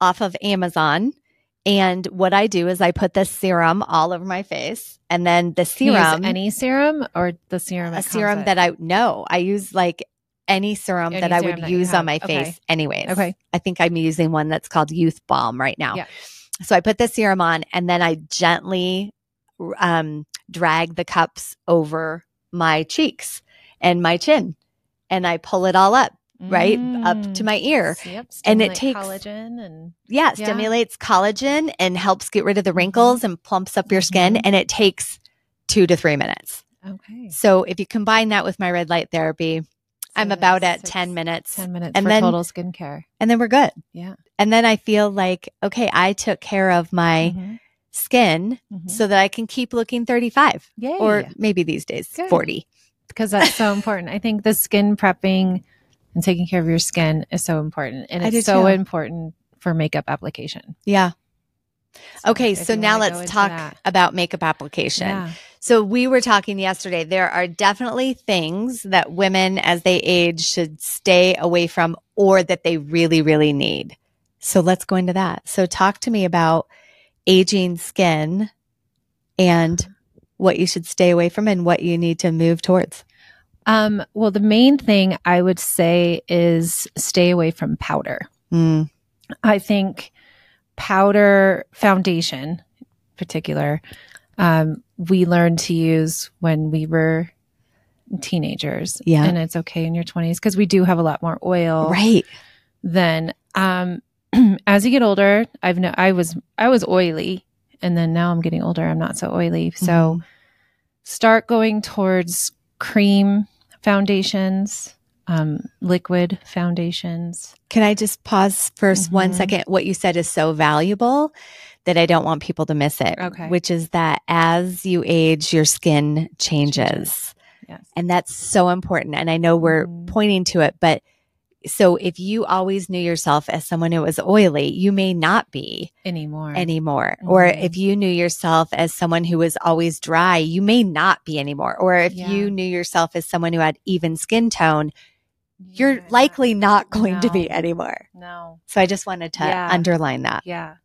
S1: off of Amazon. And what I do is I put the serum all over my face, and then the
S2: Can you use
S1: serum
S2: any serum or the serum,
S1: a serum that I no, I use like any serum
S2: Any
S1: that I
S2: serum
S1: would
S2: that you
S1: use on
S2: have.
S1: my
S2: Okay.
S1: face anyways.
S2: Okay.
S1: I think I'm using one that's called Youth Balm right now.
S2: Yeah.
S1: So I put the serum on and then I gently um drag the cups over my cheeks and my chin and I pull it all up, right? Up
S2: Mm.
S1: to my ear.
S2: Yep,
S1: And it
S2: stimulate
S1: takes-
S2: collagen and
S1: Yeah, it
S2: Yeah.
S1: stimulates collagen and helps get rid of the wrinkles and plumps up your skin
S2: Mhm.
S1: and it takes 2 to 3 minutes.
S2: okay.
S1: So if you combine that with my red light therapy, I'm
S2: So
S1: about at
S2: that's six-
S1: 10 minutes
S2: Ten minutes
S1: and
S2: for
S1: then-
S2: total skincare.
S1: and then we're good.
S2: Yeah.
S1: And then I feel like, okay, I took care of my
S2: Mhm.
S1: skin
S2: Mhm.
S1: so that I can keep looking 35
S2: Yay.
S1: or maybe these days
S2: Good.
S1: 40.
S2: because that's so important. I think the skin prepping and taking care of your skin is so important, and
S1: I do
S2: it's so
S1: too.
S2: important for makeup application.
S1: Yeah.
S2: So
S1: okay.
S2: if
S1: So
S2: you
S1: now
S2: wanna go
S1: let's
S2: into
S1: talk
S2: that-
S1: about makeup application.
S2: Yeah.
S1: So we were talking yesterday. There are definitely things that women as they age should stay away from or that they really, really need. So let's go into that. So talk to me about aging skin and
S2: Uh-huh.
S1: what you should stay away from and what you need to move towards.
S2: Um, well, the main thing I would say is stay away from powder.
S1: Mm.
S2: I think powder foundation, in particular, um, we learned to use when we were teenagers.
S1: Yeah.
S2: And it's okay in your 20s because we do have a lot more oil.
S1: Right.
S2: then um as you get older i've no i was i was oily and then now I'm getting older, I'm not so oily.
S1: Mm-hmm.
S2: So start going towards cream foundations, um, liquid foundations.
S1: Can I just pause for s- one
S2: Mhm.
S1: second? What you said is so valuable that I don't want people to miss it,
S2: Okay.
S1: which is that as you age, your skin changes.
S2: Changes. Yes.
S1: And that's so important. And I know we're
S2: Mhm.
S1: pointing to it, but so if you always knew yourself as someone who was oily, you may not be
S2: Anymore.
S1: anymore. Or
S2: Mhm.
S1: if you knew yourself as someone who was always dry, you may not be anymore. Or if
S2: Yeah.
S1: you knew yourself as someone who had even skin tone, you're likely not going to be
S2: No.
S1: anymore.
S2: No.
S1: So I just wanted to
S2: Yeah.
S1: underline that.
S2: Yeah.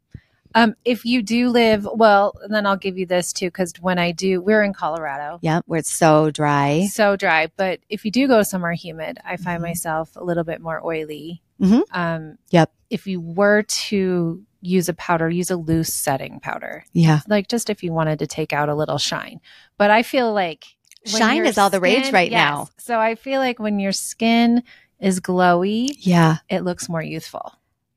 S2: Um, if you do live, well, and then I'll give you this too, because when I do, we're in Colorado,
S1: Yeah, where it's so dry.
S2: so dry. But if you do go somewhere humid, I find
S1: Mhm.
S2: myself a little bit more oily.
S1: Mhm.
S2: Um,
S1: Yep.
S2: If you were to use a powder, use a loose setting powder,
S1: Yeah.
S2: like just if you wanted to take out a little shine. But I feel like when
S1: Shine
S2: your
S1: is all the rage
S2: skin-
S1: right
S2: yes.
S1: now.
S2: So I feel like when your skin is glowy,
S1: Yeah.
S2: it looks more youthful.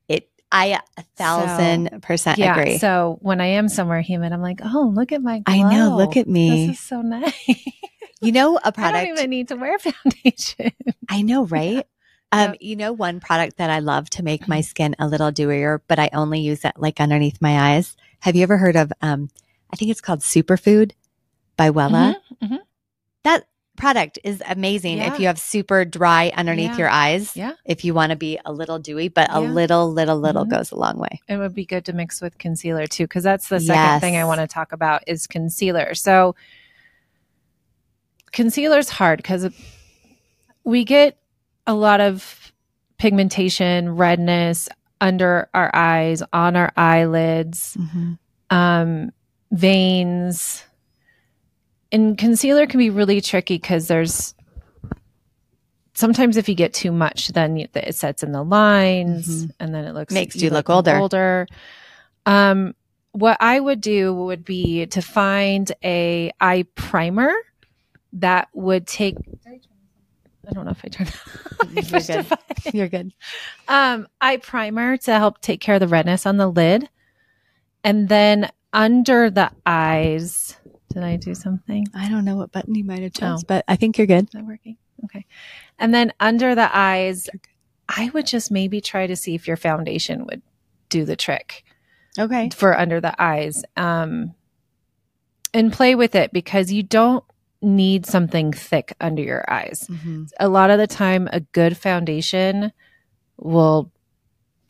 S1: It I a thousand percent agree.
S2: So when I am somewhere humid, I'm like, oh, look at my. Glow.
S1: I know. Look at
S2: This
S1: me.
S2: is so nice.
S1: you know a product.
S2: I don't even need to wear foundation.
S1: I know, right? Um,
S2: Yep. Mm-hmm.
S1: you know, one product that I love to make my skin a little dewier, but I only use it like underneath my eyes. Have you ever heard of? Um, I think it's called Superfood by Wella.
S2: mhm.
S1: That product is amazing
S2: Yeah.
S1: if you have super dry underneath
S2: Yeah.
S1: your eyes.
S2: Yeah.
S1: If you want to be a little dewy, but a
S2: Yeah.
S1: little, little, little
S2: Mhm.
S1: goes a long way.
S2: It would be good to mix with concealer too, because that's the second
S1: Yes.
S2: thing I want to talk about is concealer. So concealer's hard because we get a lot of pigmentation, redness under our eyes, on our eyelids.
S1: Mm-hmm.
S2: um, veins. And concealer can be really tricky because there's sometimes if you get too much, then you, it sets in the lines, and then it looks
S1: Mm-hmm. Makes you look older.
S2: Older. Um, what I would do would be to find a eye primer that would take. I don't know if I turned. I
S1: You're
S2: pushed a
S1: good.
S2: button
S1: You're good.
S2: um, eye primer to help take care of the redness on the lid. And then under the eyes, did I do something? Is
S1: I don't know what button you might have
S2: chose,
S1: but I think you're good.
S2: that working? Okay. And then under the eyes, I would just maybe try to see if your foundation would do the trick
S1: Okay.
S2: for under the eyes. Um, and play with it because you don't need something thick under your eyes. a lot of the time a good foundation will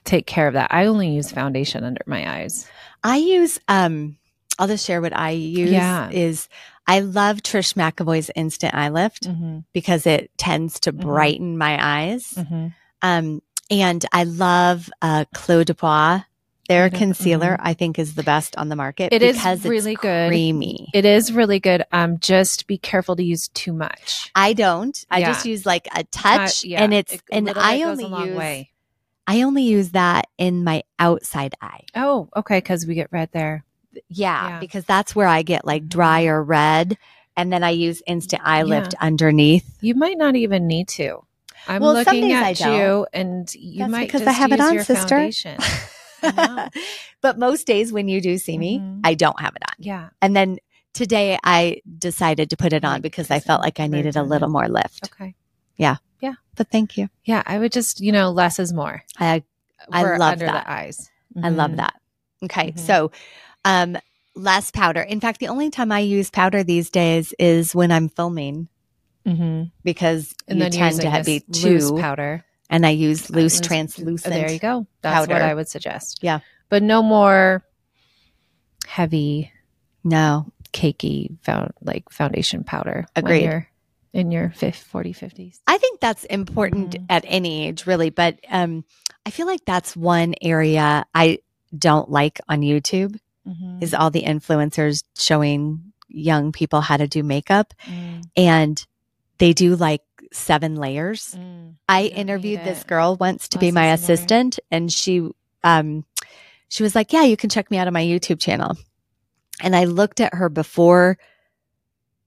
S2: take care of that. I only use foundation under my eyes.
S1: I use um I'll just share what I use
S2: Yeah.
S1: is I love Trish McAvoy's instant eye lift
S2: Mm.
S1: because it tends to
S2: Mhm.
S1: brighten my eyes.
S2: Mm.
S1: Um and I love uh Clos de Bois. Their
S2: Clos de-
S1: concealer I think is the best on the market
S2: Mm-hmm. It is
S1: because
S2: really
S1: it's
S2: good.
S1: creamy.
S2: It is really good. Um just be careful to use too much.
S1: I don't. I
S2: Yeah.
S1: just use like a touch
S2: Uh, yeah,
S1: and it's
S2: a
S1: and
S2: little
S1: I
S2: bit
S1: only
S2: goes a long
S1: use
S2: way.
S1: I only use that in my outside eye.
S2: Oh, okay, cuz we get red there.
S1: Yeah,
S2: Yeah.
S1: because that's where I get like
S2: Mhm.
S1: dry or red. And then I use instant eye
S2: Yeah.
S1: lift underneath.
S2: You might not even need to. I'm
S1: Well, some
S2: looking
S1: days
S2: at
S1: I don't.
S2: you and you
S1: That's
S2: might
S1: because I
S2: just
S1: have it
S2: use
S1: on,
S2: your
S1: sister.
S2: foundation. Wow.
S1: but most days when you do see me,
S2: Mhm.
S1: I don't have it on.
S2: Yeah.
S1: And then today I decided to put it on
S2: Right,
S1: because I
S2: because
S1: felt
S2: I'm
S1: like I
S2: very
S1: needed a little
S2: tired.
S1: more lift.
S2: Okay.
S1: But thank you.
S2: Yeah, I would just, you know, less is more.
S1: I I
S2: for
S1: love
S2: under
S1: that.
S2: the eyes.
S1: I love
S2: Mhm.
S1: that. Okay.
S2: Mhm.
S1: So, um less powder. In fact, the only time I use powder these days is when I'm filming
S2: Mm-hmm.
S1: because
S2: And
S1: you
S2: then
S1: tend to
S2: using
S1: have be
S2: this loose
S1: too
S2: powder,
S1: and I use loose
S2: Loose- oh,
S1: translucent.
S2: There you go. That's what
S1: powder.
S2: I would suggest.
S1: Yeah.
S2: but no more heavy,
S1: No.
S2: cakey found like foundation powder. when
S1: Agreed.
S2: you're in your fif- 40, 50s.
S1: I think that's important
S2: Mhm.
S1: at any age, really. But um, I feel like that's one area I don't like on YouTube is all the influencers showing young people how to do makeup, and they do like seven layers. I
S2: don't need
S1: interviewed this
S2: it.
S1: girl once to be
S2: Less
S1: my
S2: is more.
S1: assistant, and she um, she was like, "Yeah, you can check me out on my YouTube channel." And I looked at her before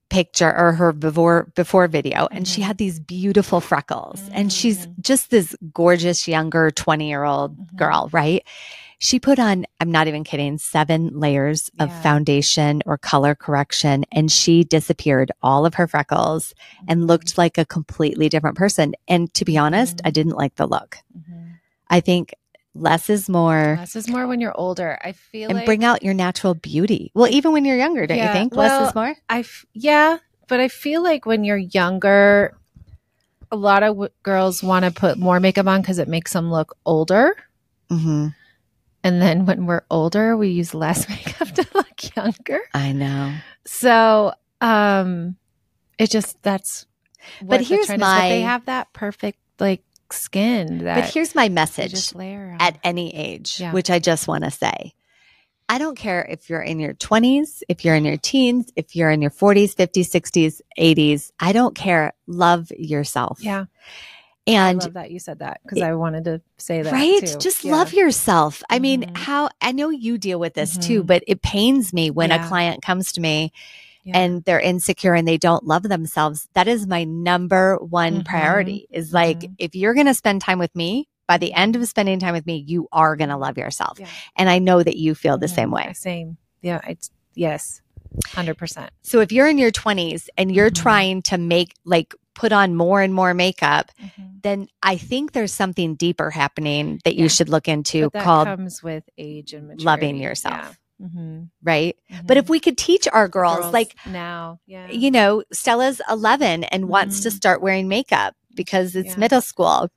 S1: picture or her before before video and she
S2: Mhm.
S1: had these beautiful freckles and she's
S2: Mhm.
S1: just this gorgeous younger 20 year old
S2: Mhm.
S1: girl right She put on, I'm not even kidding, seven layers of
S2: Yeah.
S1: foundation or color correction, and she disappeared all of her freckles and looked like a completely different person. And to be honest,
S2: Mhm.
S1: I didn't like the look.
S2: Mhm.
S1: I think less is more.
S2: Less is more when you're older. I feel
S1: and
S2: like
S1: bring out your natural beauty. Well, even when you're younger, don't you
S2: Yeah,
S1: think? Less
S2: well,
S1: is more.
S2: I f- yeah, but I feel like when you're younger, a lot of w- girls want to put more makeup on because it makes them look older.
S1: Mm-hmm.
S2: And then when we're older, we use less makeup to look younger.
S1: I know.
S2: So um, it just that's. What
S1: But
S2: the
S1: here's
S2: trend is, but they
S1: my-
S2: have that perfect like skin that.
S1: But here's my
S2: you
S1: message
S2: just layer on.
S1: at any age,
S2: Yeah.
S1: which I just want to say. I don't care if you're in your 20s, if you're in your teens, if you're in your 40s, 50s, 60s, 80s. I don't care. Love yourself.
S2: yeah.
S1: And
S2: I love that you said that because I wanted to say that.
S1: right
S2: too.
S1: just
S2: Yeah.
S1: love yourself i mean
S2: Mhm.
S1: how i know you deal with this too
S2: Mhm.
S1: but it pains me when a
S2: Yeah.
S1: client comes to me
S2: Yeah.
S1: and they're insecure and they don't love themselves that is my number one
S2: Mhm.
S1: priority is like
S2: Mhm.
S1: if you're going to spend time with me by the end of spending time with me you are going to love yourself
S2: Yeah.
S1: and i know that you feel the same
S2: Mhm.
S1: way
S2: Same. Yeah. It's yes. Hundred percent.
S1: so if you're in your 20s and you're
S2: Mhm.
S1: trying to make like put on more and more makeup then i think there's something deeper happening that you
S2: Yeah.
S1: should look into
S2: But that
S1: called
S2: comes with age and maturity.
S1: loving yourself.
S2: Yeah. Mhm.
S1: right But if
S2: Mhm.
S1: we could teach our girls, like,
S2: now, yeah,
S1: you know, Stella's 11 and wants to
S2: Mhm.
S1: start wearing makeup because it's
S2: Yeah.
S1: middle school.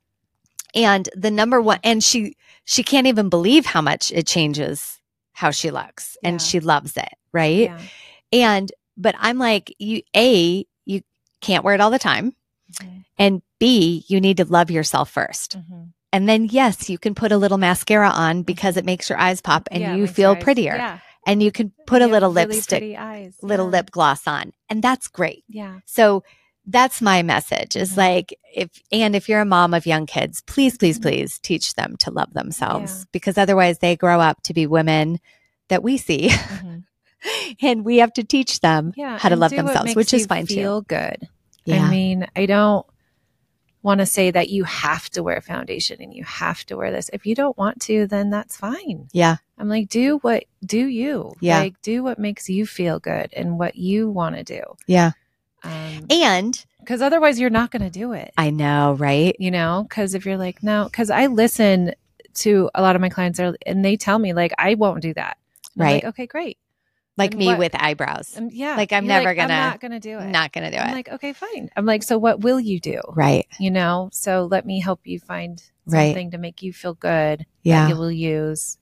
S1: And the number one, and she, she can't even believe how much it changes how she looks
S2: Yeah.
S1: and she loves it. Right.
S2: yeah.
S1: And, but I'm like, you, A, you can't wear it all the time.
S2: Mhm.
S1: And B, you need to love yourself first.
S2: Mhm.
S1: And then, yes, you can put a little mascara on because it makes your eyes pop and
S2: Mm-hmm. Yeah, it
S1: you
S2: makes
S1: feel
S2: your eyes-
S1: prettier.
S2: Yeah,
S1: And you can put a
S2: You have
S1: little
S2: really
S1: lipstick
S2: pretty eyes.
S1: little
S2: yeah.
S1: lip gloss on and that's great
S2: Yeah,
S1: so that's my message is
S2: Mhm.
S1: like if and if you're a mom of young kids please please
S2: Mhm.
S1: please teach them to love themselves
S2: Yeah.
S1: because otherwise they grow up to be women that we see
S2: Mhm.
S1: and we have to teach them
S2: yeah.
S1: how to
S2: and
S1: love
S2: do what
S1: themselves
S2: makes
S1: which is
S2: you
S1: fine
S2: Feel good.
S1: too yeah
S2: I mean, I don't want to say that you have to wear foundation and you have to wear this. If you don't want to, then that's fine.
S1: yeah
S2: I'm like, do what do you?
S1: Yeah.
S2: Like, do what makes you feel good and what you want to do.
S1: yeah and
S2: Because otherwise, you're not going to do it.
S1: i know right
S2: you know, because if you're like, no, because I listen to a lot of my clients are, and they tell me like, I won't do that. And I'm like,
S1: Right.
S2: okay, great.
S1: like
S2: And
S1: me
S2: what-
S1: with eyebrows
S2: Um, yeah.
S1: Like, I'm
S2: You're
S1: never gonna-
S2: I'm not gonna do it.
S1: i'm not gonna do
S2: I'm
S1: it
S2: like, okay, fine. I'm like, so what will you do?
S1: right
S2: You know. So let me help you find
S1: Right.
S2: something to make you feel good that
S1: yeah
S2: you will use.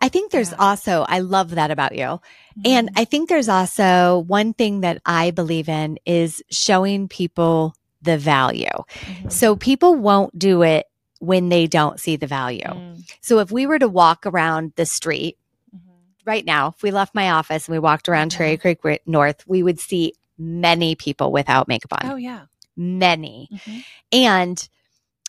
S1: i think there's
S2: Yeah.
S1: also i love that about you And I think there's also one thing that I believe in is showing people the value.
S2: Mhm.
S1: So people won't do it when they don't see the value.
S2: Mhm.
S1: So if we were to walk around the street
S2: Mhm.
S1: right now, if we left my office and we walked around
S2: Mhm.
S1: Cherry Creek Ri- North, we would see many people without makeup on.
S2: Oh yeah.
S1: Many.
S2: Mhm.
S1: And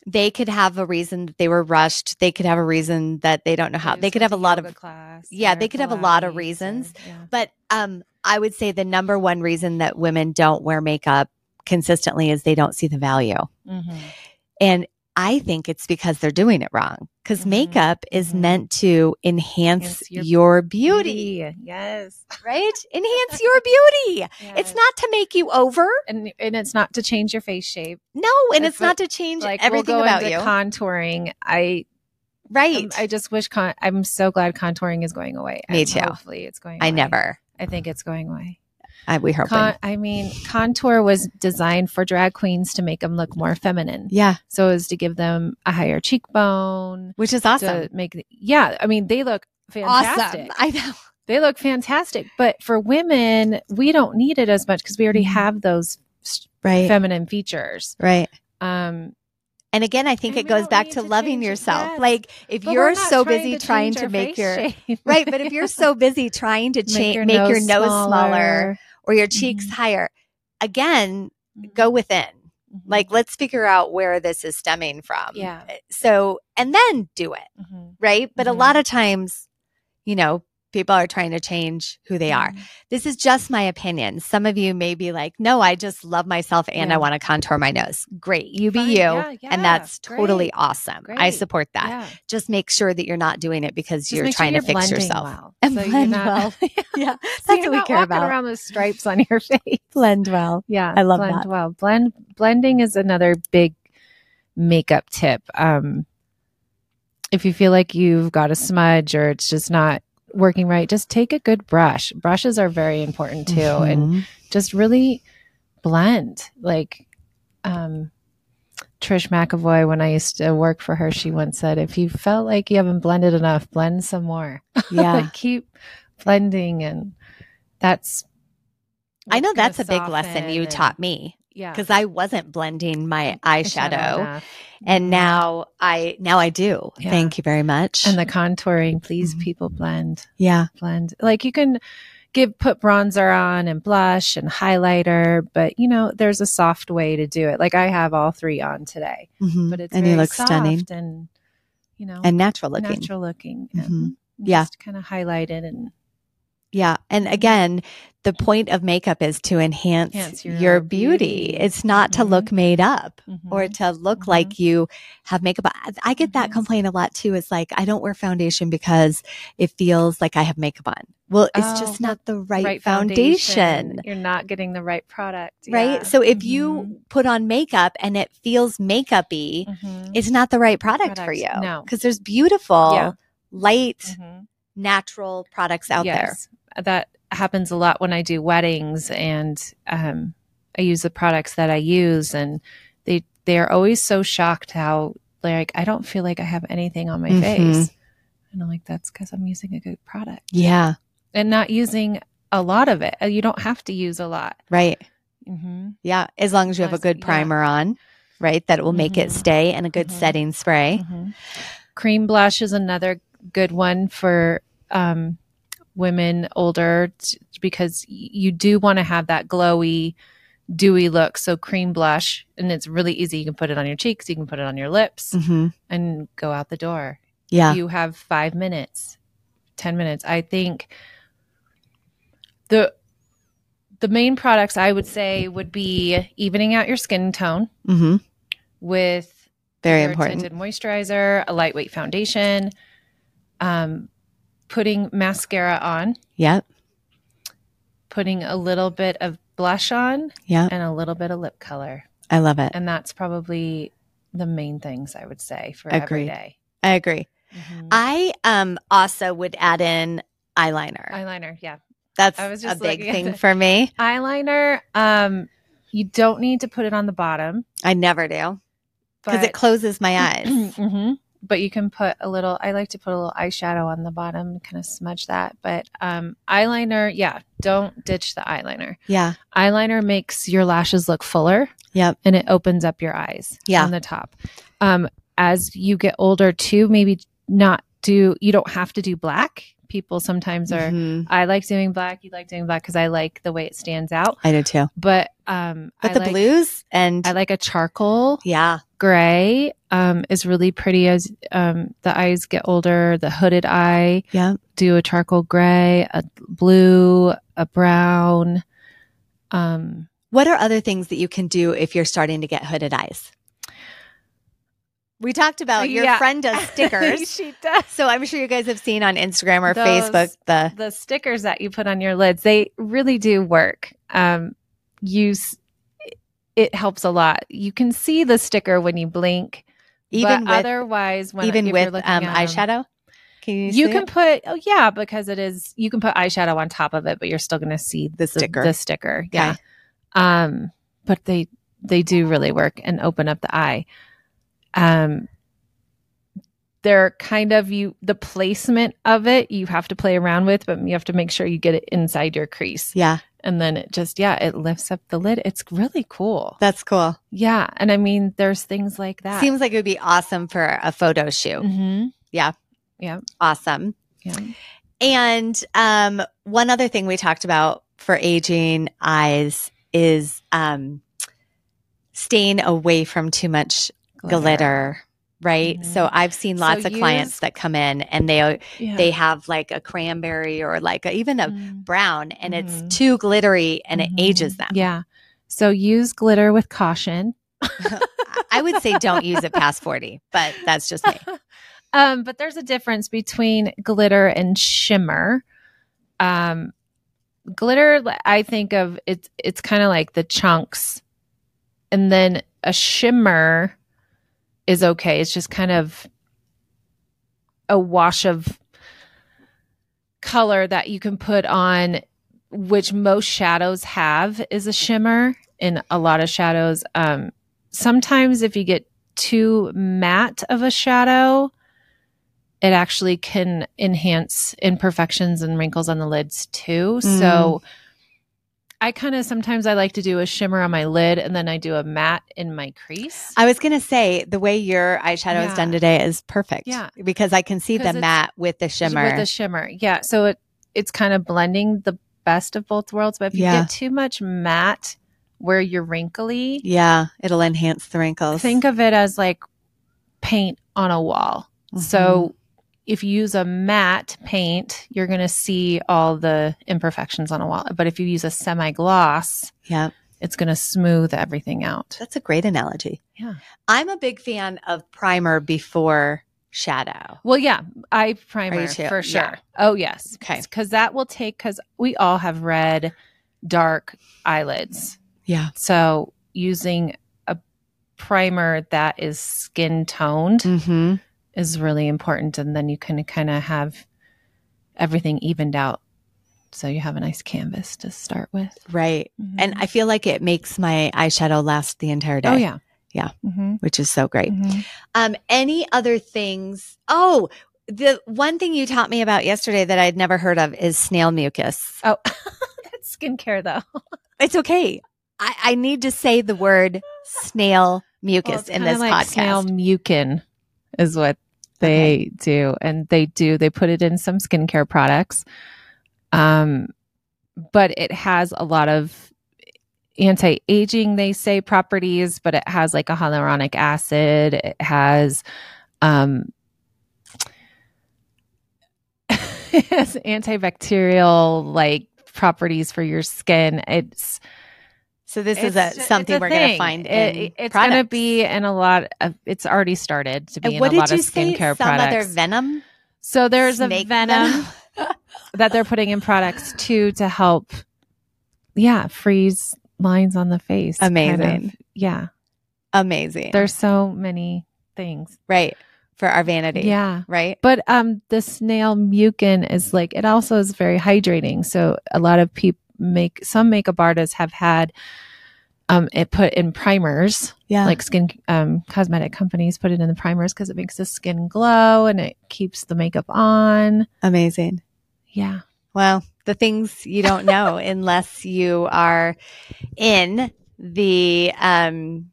S1: they could have a reason that they were rushed. They could have a reason that they don't know how.
S2: do
S1: They could have a
S2: something
S1: lot of
S2: yoga class.
S1: yeah,
S2: or
S1: they could have a lot of
S2: Pilates or-
S1: reasons.
S2: yeah.
S1: But um, I would say the number one reason that women don't wear makeup consistently is they don't see the value.
S2: Mhm.
S1: And I think it's because they're doing it wrong because
S2: Mhm,
S1: makeup is
S2: mhm.
S1: meant to enhance
S2: Enhance your
S1: your, beauty,
S2: Yes.
S1: right? enhance your beauty. It's
S2: Yes.
S1: not to make you over.
S2: and and it's not to change your face shape.
S1: No, and
S2: That's
S1: it's not to change
S2: Like
S1: everything
S2: we'll go
S1: about
S2: into
S1: you.
S2: contouring. I
S1: right.
S2: um, I just wish con- I'm so glad contouring is going away.
S1: Me
S2: And
S1: too.
S2: Hopefully it's going.
S1: I
S2: away.
S1: never.
S2: I think it's going away.
S1: I, we hope.
S2: Con- I mean, contour was designed for drag queens to make them look more feminine.
S1: yeah,
S2: So as to give them a higher cheekbone.
S1: which is awesome.
S2: To make the- yeah, I mean they look fantastic.
S1: Awesome. I know.
S2: They look fantastic. But for women, we don't need it as much because we already
S1: Mhm.
S2: have those s-
S1: Right.
S2: feminine features.
S1: right.
S2: Um,
S1: And again, I think
S2: And
S1: it
S2: we
S1: goes
S2: don't
S1: back
S2: need
S1: to
S2: to
S1: loving
S2: change it.
S1: yourself.
S2: Yes.
S1: Like if
S2: but we're
S1: you're
S2: not
S1: so
S2: trying
S1: busy
S2: to
S1: trying
S2: change
S1: to
S2: our
S1: make
S2: face
S1: your
S2: shape.
S1: right, but if you're so busy trying to change, make, your, nose smaller or your cheeks
S2: Mhm.
S1: higher, again, go within.
S2: Mhm.
S1: Like let's figure out where this is stemming from. Eh,
S2: Yeah.
S1: So and then do it,
S2: Mhm.
S1: right? But
S2: Mhm.
S1: a lot of times, you know, people are trying to change who they
S2: Mm-hmm.
S1: are. This is just my opinion. Some of you may be like, no, I just love myself and
S2: Yeah.
S1: I want to contour my nose. Great. You be
S2: Fine.
S1: you.
S2: Yeah, yeah.
S1: And that's totally
S2: Great.
S1: awesome. I
S2: Great.
S1: support that.
S2: Yeah.
S1: Just make sure that you're not doing it because
S2: Just
S1: you're
S2: make sure
S1: trying
S2: you're
S1: to fix
S2: blending
S1: yourself.
S2: well.
S1: And
S2: So you're
S1: blend
S2: not-
S1: well. yeah.
S2: so
S1: That's
S2: you're
S1: what we
S2: not
S1: care
S2: walking
S1: about.
S2: around with stripes on your face.
S1: Blend well.
S2: Yeah,
S1: I love
S2: blend
S1: that.
S2: Well, blend blending is another big makeup tip. Um, if you feel like you've got a smudge or it's just not working right, just take a good brush. Brushes are very important too,
S1: Mm-hmm.
S2: and just really blend. Like um, Trish McAvoy, when I used to work for her, she once said, "If you felt like you haven't blended enough, blend some more.
S1: yeah.
S2: Mm-hmm. Like, keep blending." And that's
S1: I know
S2: what's gonna
S1: that's a big lesson
S2: soften
S1: you
S2: and-
S1: taught me
S2: yeah
S1: because I wasn't blending my eyeshadow.
S2: enough.
S1: And
S2: Mm.
S1: now I now I do.
S2: Yeah.
S1: Thank you very much.
S2: and the contouring please
S1: Mhm.
S2: people blend
S1: yeah.
S2: blend like you can give put bronzer on and blush and highlighter but you know there's a soft way to do it like i have all three on today
S1: Mhm.
S2: but it's
S1: and
S2: very
S1: you look
S2: soft
S1: stunning
S2: and you know
S1: and natural looking.
S2: natural looking
S1: Mhm.
S2: and
S1: Yeah.
S2: just kind of highlighted and
S1: Yeah. And
S2: Mm-hmm.
S1: again, the point of makeup is to enhance,
S2: Enhance
S1: your,
S2: your
S1: beauty.
S2: beauty. Mm-hmm.
S1: It's not to look made up or
S2: Mhm.
S1: to look
S2: Mhm.
S1: like you have makeup. I, I get that
S2: Mhm.
S1: complaint a lot too. It's like, I don't wear foundation because it feels like I have makeup on. Well, it's
S2: Oh,
S1: just
S2: well,
S1: not the right, foundation.
S2: you're not getting the right product
S1: Right.
S2: Yeah. Mm-hmm.
S1: So if you put on makeup and it feels makeup y,
S2: Mhm. Mhm.
S1: it's not the right product, for
S2: Product,
S1: you.
S2: no.
S1: Because there's beautiful,
S2: Yeah.
S1: light,
S2: Mhm.
S1: natural products out there.
S2: That happens a lot when I do weddings and um, I use the products that I use and they they are always so shocked how like I don't feel like I have anything on my
S1: Mhm.
S2: face. And I'm like, that's because I'm using a good product
S1: Yeah.
S2: and not using a lot of it. Uh, You don't have to use a lot.
S1: Right.
S2: Mm-hmm.
S1: Yeah, as long as you have a
S2: As-
S1: good
S2: yeah.
S1: primer on, right? That it will make it
S2: Mhm.
S1: stay and a good
S2: Mhm.
S1: setting spray.
S2: Cream blush is another good one for um, women older t- because y- you do want to have that glowy, dewy look. So cream blush, and it's really easy. You can put it on your cheeks, you can put it on your lips,
S1: Mm-hmm.
S2: and go out the door.
S1: Yeah.
S2: You have five minutes, ten minutes. I think the the main products I would say would be evening out your skin tone
S1: Mm-hmm.
S2: with
S1: Very
S2: clear
S1: important.
S2: tinted moisturizer, a lightweight foundation, um, putting mascara on,
S1: Yep.
S2: putting a little bit of blush on,
S1: Yep.
S2: and a little bit of lip color.
S1: I love it.
S2: And that's probably the main things I would say for
S1: Agreed.
S2: every day.
S1: I agree.
S2: Mhm.
S1: I um also would add in eyeliner.
S2: Eyeliner, yeah.
S1: That's
S2: I was
S1: a
S2: just
S1: big
S2: looking at
S1: thing
S2: it.
S1: for me.
S2: Eyeliner, um, you don't need to put it on the bottom
S1: I never do because
S2: but-
S1: it closes my eyes.
S2: Mhm. But you can put a little. I like to put a little eyeshadow on the bottom, kind of smudge that. But um, eyeliner, yeah, don't ditch the eyeliner.
S1: yeah.
S2: Eyeliner makes your lashes look fuller
S1: Yep.
S2: and it opens up your eyes
S1: Yeah.
S2: on the top. Um, as you get older, too, maybe not do. You don't have to do black. People sometimes are.
S1: Mhm.
S2: I like doing black. You like doing black because I like the way it stands out.
S1: I do too.
S2: But um,
S1: But
S2: I
S1: the
S2: like-
S1: blues and
S2: I like a charcoal
S1: yeah.
S2: gray um, is really pretty as um, the eyes get older. The hooded eye,
S1: Yeah.
S2: do a charcoal gray, a blue, a brown. Um,
S1: What are other things that you can do if you're starting to get hooded eyes? We talked about your
S2: Yeah.
S1: friend does stickers.
S2: she does.
S1: So I'm sure you guys have seen on Instagram or
S2: Those-
S1: Facebook the
S2: The stickers that you put on your lids, they really do work. Um, use it helps a lot. You can see the sticker when you blink,
S1: even
S2: but
S1: with
S2: otherwise, when
S1: even
S2: if you're
S1: with
S2: looking
S1: um,
S2: at 'em-
S1: eyeshadow. Can you
S2: you
S1: see
S2: can
S1: it?
S2: put oh yeah because it is you can put eyeshadow on top of it but you're still going to see the,
S1: sticker.
S2: the sticker yeah um but they they do really work and open up the eye um they're kind of you the placement of it you have to play around with but you have to make sure you get it inside your crease
S1: Yeah,
S2: and then it just yeah it lifts up the lid it's really cool
S1: that's cool.
S2: yeah and i mean there's things like that
S1: Seems like it would be awesome for a photo shoot.
S2: mm-hmm.
S1: Awesome.
S2: yeah
S1: And um, one other thing we talked about for aging eyes is um, staying away from too much glitter. right?
S2: Mhm.
S1: So I've seen
S2: So
S1: lots of
S2: use-
S1: clients that come in and they
S2: Yeah.
S1: they have like a cranberry or like a, even a
S2: Mm.
S1: brown and
S2: Mhm.
S1: it's too glittery and
S2: Mhm.
S1: it ages them.
S2: Yeah. So use glitter with caution.
S1: I- I would say don't use it past 40, but that's just me.
S2: um, but there's a difference between glitter and shimmer. Um, glitter, li- I think of it's it's kind of like the chunks, and then a shimmer is okay. It's just kind of a wash of color that you can put on, which most shadows have is a shimmer. In a lot of shadows, um, sometimes if you get too matte of a shadow, it actually can enhance imperfections and wrinkles on the lids too. So I kind of sometimes I like to do a shimmer on my lid and then I do a matte in my crease.
S1: I was going to say the way your eyeshadow
S2: Yeah.
S1: is done today is perfect.
S2: Yeah.
S1: Because I can see
S2: 'Cause
S1: the
S2: it's-
S1: matte with the shimmer.
S2: With a shimmer. Yeah. So it it's kind of blending the best of both worlds. But if you
S1: Yeah.
S2: get too much matte where you're wrinkly,
S1: yeah. It'll enhance the wrinkles.
S2: think of it as like paint on a wall.
S1: Mhm.
S2: So if you use a matte paint, you're going to see all the imperfections on a wall. But if you use a semi gloss,
S1: yeah.
S2: it's going to smooth everything out.
S1: That's a great analogy.
S2: Yeah.
S1: I'm a big fan of primer before shadow.
S2: Well, yeah, eye primer
S1: too?
S2: for sure.
S1: Yeah.
S2: Oh, yes.
S1: Okay.
S2: Because that will take, because we all have red, dark eyelids.
S1: Yeah.
S2: So using a primer that is skin toned
S1: Mm-hmm.
S2: is really important. And then you can kind of have everything evened out. So you have a nice canvas to start with. Mm-hmm.
S1: Right. And I feel like it makes my eyeshadow last the entire day,
S2: oh, yeah.
S1: Yeah.
S2: Mhm.
S1: which is so great.
S2: Mhm.
S1: Um, any other things? Oh, the one thing you taught me about yesterday that I'd never heard of is snail mucus.
S2: Oh, that's skincare, though.
S1: It's okay. I, I need to say the word snail mucus in
S2: kinda
S1: this
S2: like
S1: podcast.
S2: snail mucin is what they
S1: Okay.
S2: do. And they do, they put it in some skincare products. Um, but it has a lot of anti aging, they say, properties, but it has like a hyaluronic acid. It has, um, it has antibacterial like properties for your skin. It's
S1: so this is
S2: it's
S1: a
S2: ju- it's
S1: something we're going to
S2: thing.
S1: find.
S2: It-
S1: in
S2: it's
S1: products.
S2: going to be in a lot of. It's already started to be
S1: And
S2: in
S1: what
S2: a
S1: did
S2: lot
S1: you
S2: of
S1: say?
S2: skincare
S1: Some other
S2: products.
S1: venom.
S2: so there's a
S1: Snake
S2: venom that they're putting in products too to help. Yeah, freeze lines on the face. kind of.
S1: Amazing.
S2: Yeah,
S1: Amazing.
S2: there's so many things.
S1: right for our vanity.
S2: Yeah.
S1: Right.
S2: But um, the snail mucin is like it also is very hydrating. So a lot of people make some makeup artists have had um, it put in primers
S1: Yeah.
S2: like skin um, cosmetic companies put it in the primers because it makes the skin glow and it keeps the makeup on.
S1: amazing.
S2: Yeah,
S1: Well, the things you don't know unless you are in the um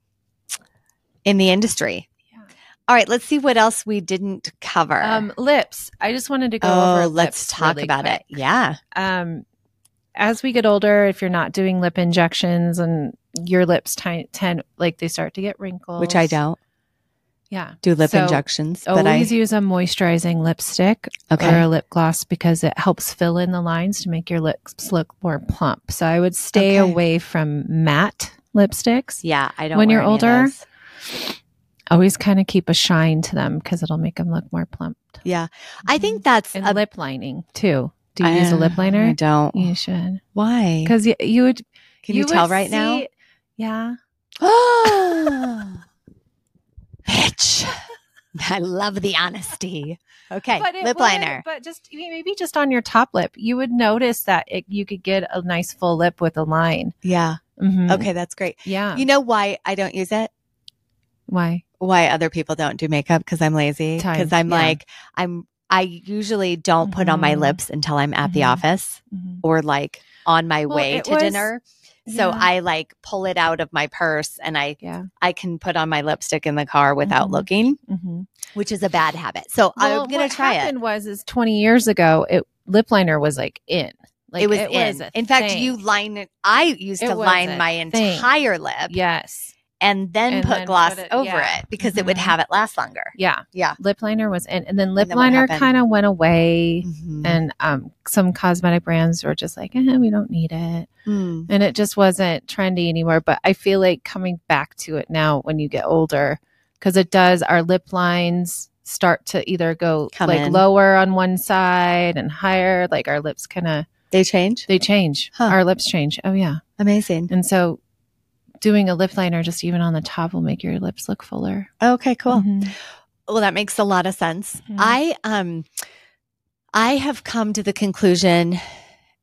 S1: in the industry.
S2: Yeah.
S1: All right, let's see what else we didn't cover.
S2: um, lips. I just wanted to go
S1: oh,
S2: over.
S1: let's
S2: lips
S1: talk
S2: really
S1: about
S2: quick.
S1: it. Yeah.
S2: Um, as we get older, if you're not doing lip injections and your lips ti- tend like they start to get wrinkles,
S1: Which I don't
S2: Yeah,
S1: do lip
S2: So,
S1: injections, but I
S2: always use a moisturizing lipstick or
S1: okay.
S2: a lip gloss because it helps fill in the lines to make your lips look more plump. So I would stay
S1: Okay.
S2: away from matte lipsticks.
S1: Yeah, I don't
S2: when
S1: wear
S2: you're
S1: any of
S2: older,
S1: those.
S2: always kind of keep a shine to them because it'll make them look more plumped. Mm-hmm.
S1: Yeah. I think that's
S2: and
S1: a,
S2: lip lining too. Do you use a lip
S1: Uh, I
S2: liner?
S1: don't.
S2: You should
S1: Why?
S2: because you, you would.
S1: Can you,
S2: would
S1: tell right now?
S2: see- Yeah,
S1: Bitch. I love the honesty. Okay,
S2: it
S1: lip
S2: would-
S1: liner.
S2: But just maybe just on your top lip, you would notice that it, you could get a nice full lip with a line.
S1: Yeah.
S2: Mhm.
S1: Okay, that's great.
S2: Yeah.
S1: You know why I don't use it?
S2: Why?
S1: Why other people don't do makeup? Because I'm lazy.
S2: Time,
S1: Because I'm
S2: yeah.
S1: like, I'm. I usually don't put on my
S2: Mhm.
S1: lips until I'm at the
S2: Mhm.
S1: office or like on my
S2: Well,
S1: way
S2: it
S1: to
S2: was-
S1: dinner. So
S2: Yeah.
S1: I like pull it out of my purse and I
S2: Yeah.
S1: I can put on my lipstick in the car without
S2: Mhm.
S1: looking,
S2: Mm-hmm.
S1: which is a bad habit. So
S2: Well,
S1: I'm gonna
S2: what
S1: try it.
S2: happened Was is twenty years ago, it lip liner was like in. Like
S1: it was in.
S2: a
S1: in fact,
S2: thing.
S1: you line it. I used
S2: It
S1: to
S2: was
S1: line
S2: a
S1: my
S2: thing.
S1: entire lip
S2: Yes.
S1: and then
S2: And
S1: put
S2: then
S1: gloss
S2: put it-
S1: over
S2: yeah.
S1: it because it would
S2: Mhm.
S1: have it last longer.
S2: Yeah.
S1: Yeah.
S2: Lip liner was in, and then lip
S1: then what
S2: liner
S1: happened?
S2: kind of went away.
S1: Mhm.
S2: And um, some cosmetic brands were just like, eh, we don't need it.
S1: Mm.
S2: And it just wasn't trendy anymore. But I feel like coming back to it now when you get older, because it does, our lip lines start to either go
S1: Come
S2: like
S1: in.
S2: lower on one side and higher. Like our lips kind of,
S1: They change.
S2: they change.
S1: Huh.
S2: Our lips change. Oh, yeah.
S1: Amazing.
S2: And so doing a lip liner just even on the top will make your lips look fuller.
S1: Okay, cool.
S2: Mhm.
S1: Well, that makes a lot of sense.
S2: Mhm.
S1: I um I have come to the conclusion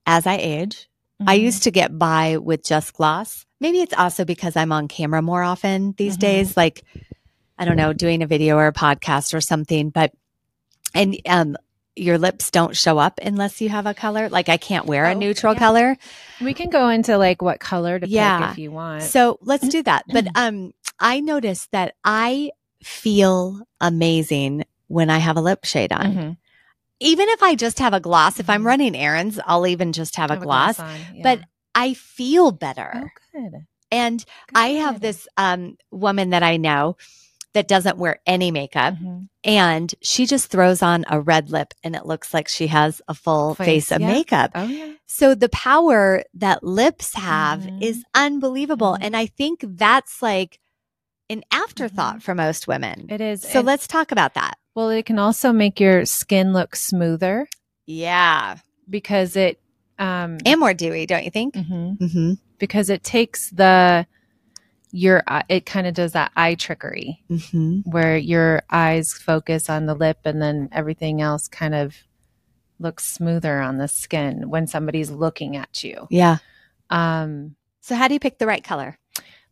S1: as I age I
S2: Mhm.
S1: used to get by with just gloss. Maybe it's also because I'm on camera more often these
S2: Mhm.
S1: days, like, I don't know, doing a video or a podcast or something, but, and, um, your lips don't show up unless you have a color. Like I can't wear a
S2: Oh,
S1: neutral
S2: yeah.
S1: color.
S2: We can go into like what color to pick
S1: Yeah.
S2: if you want.
S1: So let's do that. But, um, I noticed that I feel amazing when I have a lip shade on.
S2: Mhm.
S1: Even if I just have a gloss, if I'm
S2: Mhm.
S1: running errands, I'll even just have,
S2: Have
S1: a, gloss.
S2: on,
S1: but
S2: yeah.
S1: I feel better.
S2: oh, good.
S1: And I have
S2: Good.
S1: this um, woman that I know that doesn't wear any makeup
S2: Mhm.
S1: and she just throws on a red lip and it looks like she has a full
S2: Face,
S1: face, of
S2: yeah.
S1: makeup.
S2: Oh yeah.
S1: So the power that lips have
S2: Mhm.
S1: is unbelievable.
S2: Mhm.
S1: And I think that's like an afterthought for most women.
S2: It is.
S1: so
S2: And-
S1: let's talk about that.
S2: well, it can also make your skin look smoother
S1: Yeah.
S2: because it um
S1: And more dewy, don't you think?
S2: mhm.
S1: Mm-hmm.
S2: because it takes the your eye it kind of does that eye trickery
S1: Mm-hmm.
S2: where your eyes focus on the lip and then everything else kind of looks smoother on the skin when somebody's looking at you.
S1: Yeah.
S2: Um,
S1: So how do you pick the right color?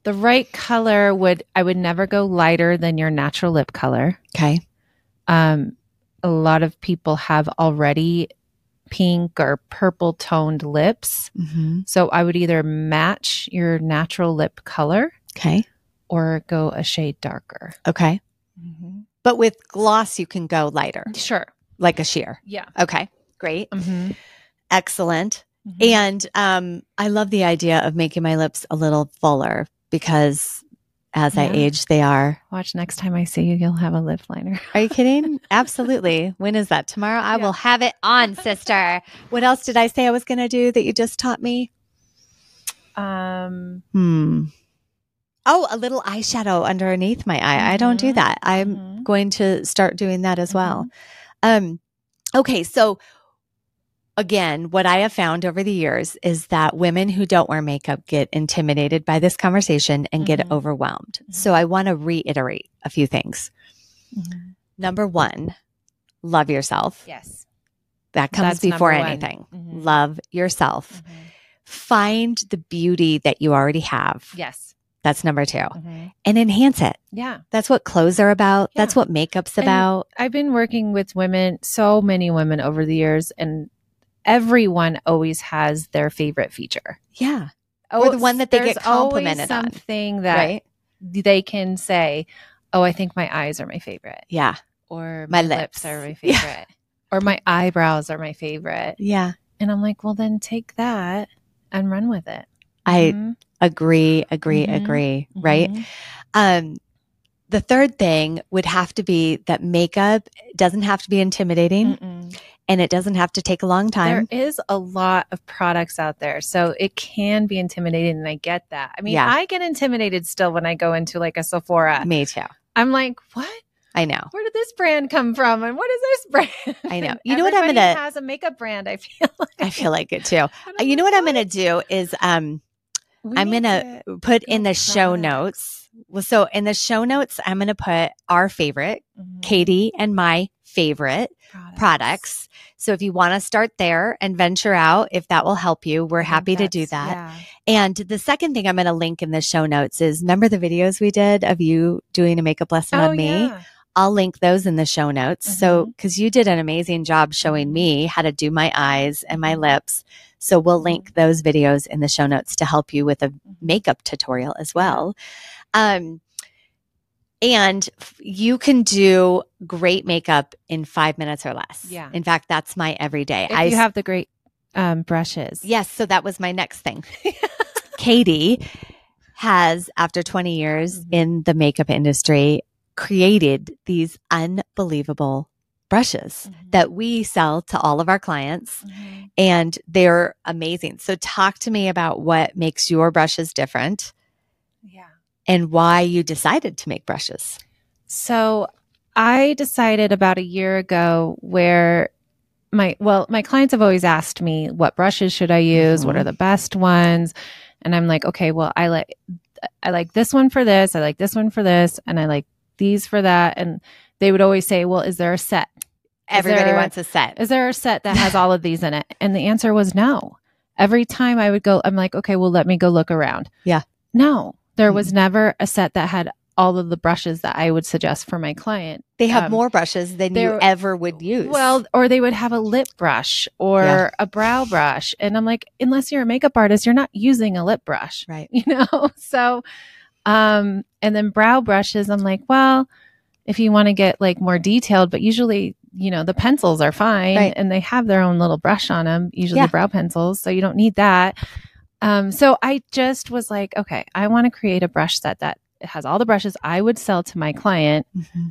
S2: the right color would I would never go lighter than your natural lip color.
S1: Okay.
S2: Um, a lot of people have already pink or purple toned lips.
S1: Mm-hmm.
S2: So I would either match your natural lip color
S1: Okay.
S2: or go a shade darker.
S1: Okay. But with gloss, you can go lighter,
S2: Sure.
S1: like a sheer.
S2: Yeah.
S1: Okay, great,
S2: Mm-hmm.
S1: excellent. And um, I love the idea of making my lips a little fuller because as I
S2: Yeah.
S1: age, they are.
S2: Watch next time I see you, you'll have a lip liner.
S1: Are you kidding? Absolutely. When is that? Tomorrow? I
S2: Yeah.
S1: will have it on, sister. What else did I say I was going to do that you just taught me?
S2: Um,
S1: Hmm. Oh, a little eyeshadow underneath my eye. I don't do
S2: Mhm.
S1: that. I'm
S2: Mhm.
S1: going to start doing that as well.
S2: Mm-hmm.
S1: Um, okay, so again, what I have found over the years is that women who don't wear makeup get intimidated by this conversation and
S2: Mhm.
S1: get overwhelmed. So
S2: Mm-hmm.
S1: I want to reiterate a few things.
S2: Mhm.
S1: Number one, love yourself.
S2: Yes.
S1: That comes
S2: That's
S1: before
S2: number one. Mm-hmm.
S1: anything.
S2: Mhm.
S1: Love yourself. Find the beauty that you already have.
S2: Yes.
S1: That's number two. And enhance it.
S2: Yeah.
S1: That's what clothes are about. That's what makeup's
S2: And-
S1: about.
S2: I've been working with women, so many women over the years, and everyone always has their favorite feature. Oh,
S1: Yeah. Or the one that they
S2: there's
S1: get
S2: always
S1: complimented on.
S2: Something that
S1: right.
S2: they can say, oh, I think my eyes are my favorite,
S1: Yeah.
S2: or
S1: My
S2: my,
S1: lips.
S2: lips. are my
S1: Yeah.
S2: favorite, or my eyebrows are my favorite.
S1: Yeah.
S2: And I'm like, well, then take that and run with it.
S1: I
S2: Mhm.
S1: agree, agree,
S2: Mhm.
S1: agree. Right.
S2: Mhm.
S1: Um, the third thing would have to be that makeup doesn't have to be intimidating
S2: Mm-mm.
S1: and it doesn't have to take a long time.
S2: Mm. There is a lot of products out there, so it can be intimidating, and I get that. I mean,
S1: Yeah.
S2: I get intimidated still when I go into like a Sephora.
S1: Me too.
S2: I'm like, what?
S1: I know.
S2: Where did this brand come from? And what is this brand?
S1: I know.
S2: And
S1: You know what I'm
S2: everybody
S1: gonna-
S2: has a makeup brand. I feel like.
S1: I feel like it too. Uh,
S2: And
S1: You
S2: I'm
S1: know
S2: like,
S1: what I'm going to do is um,
S2: We
S1: I'm
S2: need
S1: gonna-
S2: to-
S1: put in
S2: Go
S1: the show
S2: products.
S1: notes. Well, so in the show notes, I'm going to put our favorite,
S2: Mhm.
S1: Katie and my favorite
S2: Mm-hmm. products.
S1: products. So if you want to start there and venture out, if that will help you, we're
S2: I think
S1: happy to do
S2: that's-
S1: that.
S2: yeah.
S1: And the second thing I'm going to link in the show notes is remember the videos we did of you doing a makeup lesson
S2: Oh,
S1: on me?
S2: yeah. Mm-hmm.
S1: I'll link those in the show notes. So, because you did an amazing job showing me how to do my eyes and my
S2: Mhm.
S1: lips. So, we'll
S2: Mhm.
S1: link those videos in the show notes to help you with a makeup tutorial as well. Um, and f- you can do great makeup in five minutes or less.
S2: Yeah.
S1: In fact, that's my everyday.
S2: If you have the great um, brushes.
S1: Yes, so that was my next thing. Katie has, after 20 years mm-hmm. in the makeup industry, created these unbelievable brushes mm-hmm. that we sell to all of our clients mm-hmm. and they're amazing. So talk to me about what makes your brushes different.
S2: Yeah.
S1: And why you decided to make brushes.
S2: So I decided about a year ago where my well, my clients have always asked me what brushes should I use? Mm-hmm. What are the best ones? And I'm like, okay, well, I like I like this one for this, I like this one for this, and I like these for that. And they would always say, Well, is there a set?
S1: Everybody there, uh, wants a set.
S2: Is there a set that has all of these in it? And the answer was no. Every time I would go, I'm like, okay, well, let me go look around.
S1: Yeah.
S2: No, there mm-hmm. was never a set that had all of the brushes that I would suggest for my client.
S1: They have um, more brushes than you ever would use.
S2: Well, or they would have a lip brush or yeah. a brow brush. And I'm like, unless you're a makeup artist, you're not using a lip brush.
S1: Right.
S2: You know? So, um, and then brow brushes, I'm like, well, if you want to get like more detailed, but usually, you know, the pencils are fine right. and they have their own little brush on them, usually yeah. brow pencils. So you don't need that. Um, so I just was like, okay, I want to create a brush set that has all the brushes I would sell to my client mm-hmm.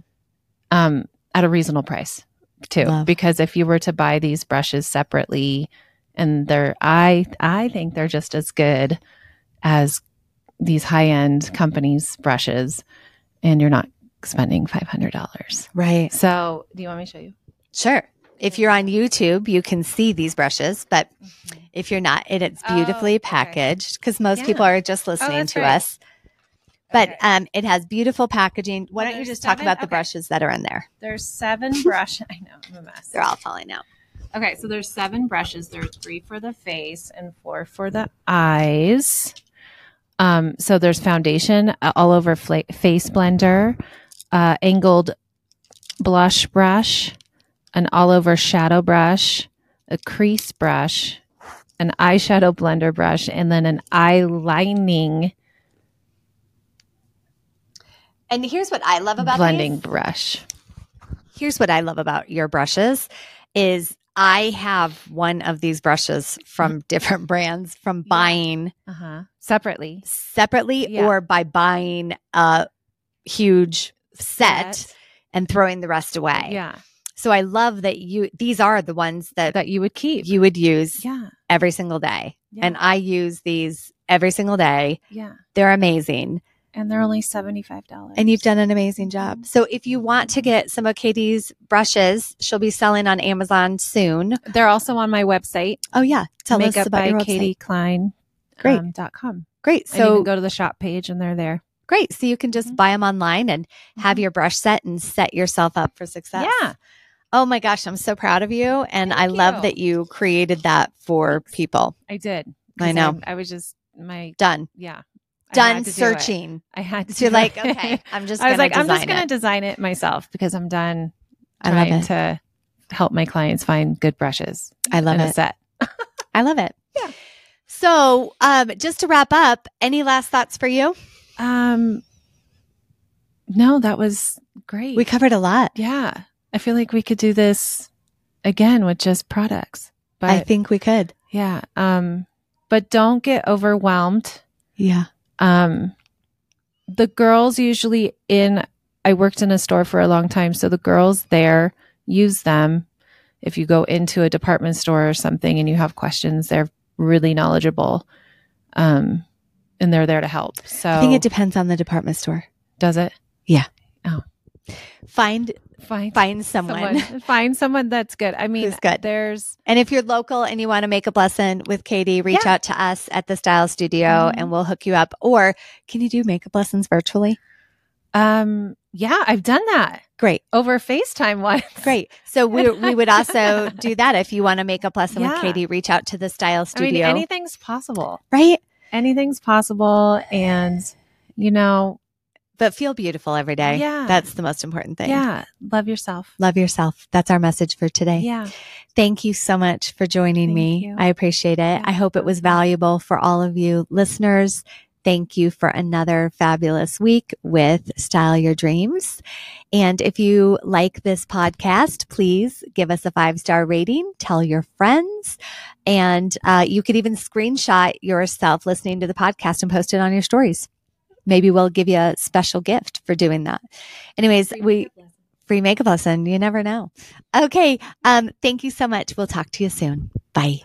S2: um, at a reasonable price too. Love. Because if you were to buy these brushes separately and they're, I, I think they're just as good as these high end companies brushes and you're not spending $500.
S1: Right.
S2: So, do you want me to show you?
S1: Sure. If you're on YouTube, you can see these brushes, but mm-hmm. if you're not, it, it's beautifully oh, okay. packaged because most yeah. people are just listening oh, to right. us. But okay. um, it has beautiful packaging. Why well, don't you just seven, talk about okay. the brushes that are in there?
S2: There's seven brushes. I know, I'm a mess.
S1: They're all falling out.
S2: Okay, so there's seven brushes. There's three for the face and four for the eyes. Um, so there's foundation uh, all over fla- face blender, uh, angled blush brush, an all over shadow brush, a crease brush, an eyeshadow blender brush, and then an eye lining.
S1: And here's what I love about
S2: blending
S1: these.
S2: brush.
S1: Here's what I love about your brushes is I have one of these brushes from different brands from Mm-hmm. yeah. buying
S2: uh-huh. separately,
S1: separately, yeah. or by buying a huge Set, set, and throwing the rest away.
S2: Yeah.
S1: So I love that you these are the ones that
S2: that you would keep.
S1: You would use
S2: yeah.
S1: every single day. Yeah. And I use these every single day.
S2: Yeah.
S1: They're amazing.
S2: And they're only $75.
S1: And you've done an amazing job. So if you want to get some of Katie's brushes, she'll be selling on Amazon soon.
S2: They're also on my website.
S1: Oh yeah.
S2: Tell Makeup us about by your Katie Klein.
S1: Great.
S2: Um, dot com.
S1: Great.
S2: So go to the shop page and they're there
S1: great. So you can just mm-hmm. buy them online and have your brush set and set yourself up for success.
S2: Mm-hmm. Yeah.
S1: Oh my gosh, I'm so proud of you. And Thank I you. love that you created that for people.
S2: I did.
S1: I know.
S2: I, I, was just my
S1: done.
S2: Yeah.
S1: Done I searching.
S2: It. I had to.
S1: You're like, okay, I'm just.
S2: I was like,
S1: I'm
S2: just
S1: going
S2: to design it myself because I'm done trying to help my clients find good brushes.
S1: I love it.
S2: A set.
S1: I love it.
S2: Yeah.
S1: So, um, just to wrap up, any last thoughts for you?
S2: Um, no, that was great.
S1: We covered a lot.
S2: Yeah. I feel like we could do this again with just products.
S1: But I think we could.
S2: Yeah. Um, but don't get overwhelmed.
S1: Yeah.
S2: Um, the girls usually in, I worked in a store for a long time. So the girls there use them. If you go into a department store or something and you have questions, they're really knowledgeable. Um, and they're there to help. So
S1: I think it depends on the department store.
S2: Does it?
S1: Yeah.
S2: Oh.
S1: Find
S2: find
S1: find someone. someone.
S2: Find someone that's good. I mean,
S1: Who's good.
S2: there's
S1: And if you're local and you want to make a lesson with Katie, reach yeah. out to us at the Style Studio mm-hmm. and we'll hook you up or can you do makeup lessons virtually?
S2: Um yeah, I've done that.
S1: Great.
S2: Over FaceTime once.
S1: Great. So we, we would also do that if you want to make a lesson yeah. with Katie, reach out to the Style Studio. I mean,
S2: anything's possible.
S1: Right?
S2: anything's possible and you know
S1: but feel beautiful every day
S2: yeah
S1: that's the most important thing
S2: yeah love yourself
S1: love yourself that's our message for today
S2: yeah
S1: thank you so much for joining
S2: thank
S1: me
S2: you.
S1: i appreciate it yeah. i hope it was valuable for all of you listeners Thank you for another fabulous week with Style Your Dreams. And if you like this podcast, please give us a five star rating, tell your friends, and uh, you could even screenshot yourself listening to the podcast and post it on your stories. maybe we'll give you a special gift for doing that. Anyways, free we makeup free makeup lesson. You never know. Okay. Um, thank you so much. We'll talk to you soon. Bye.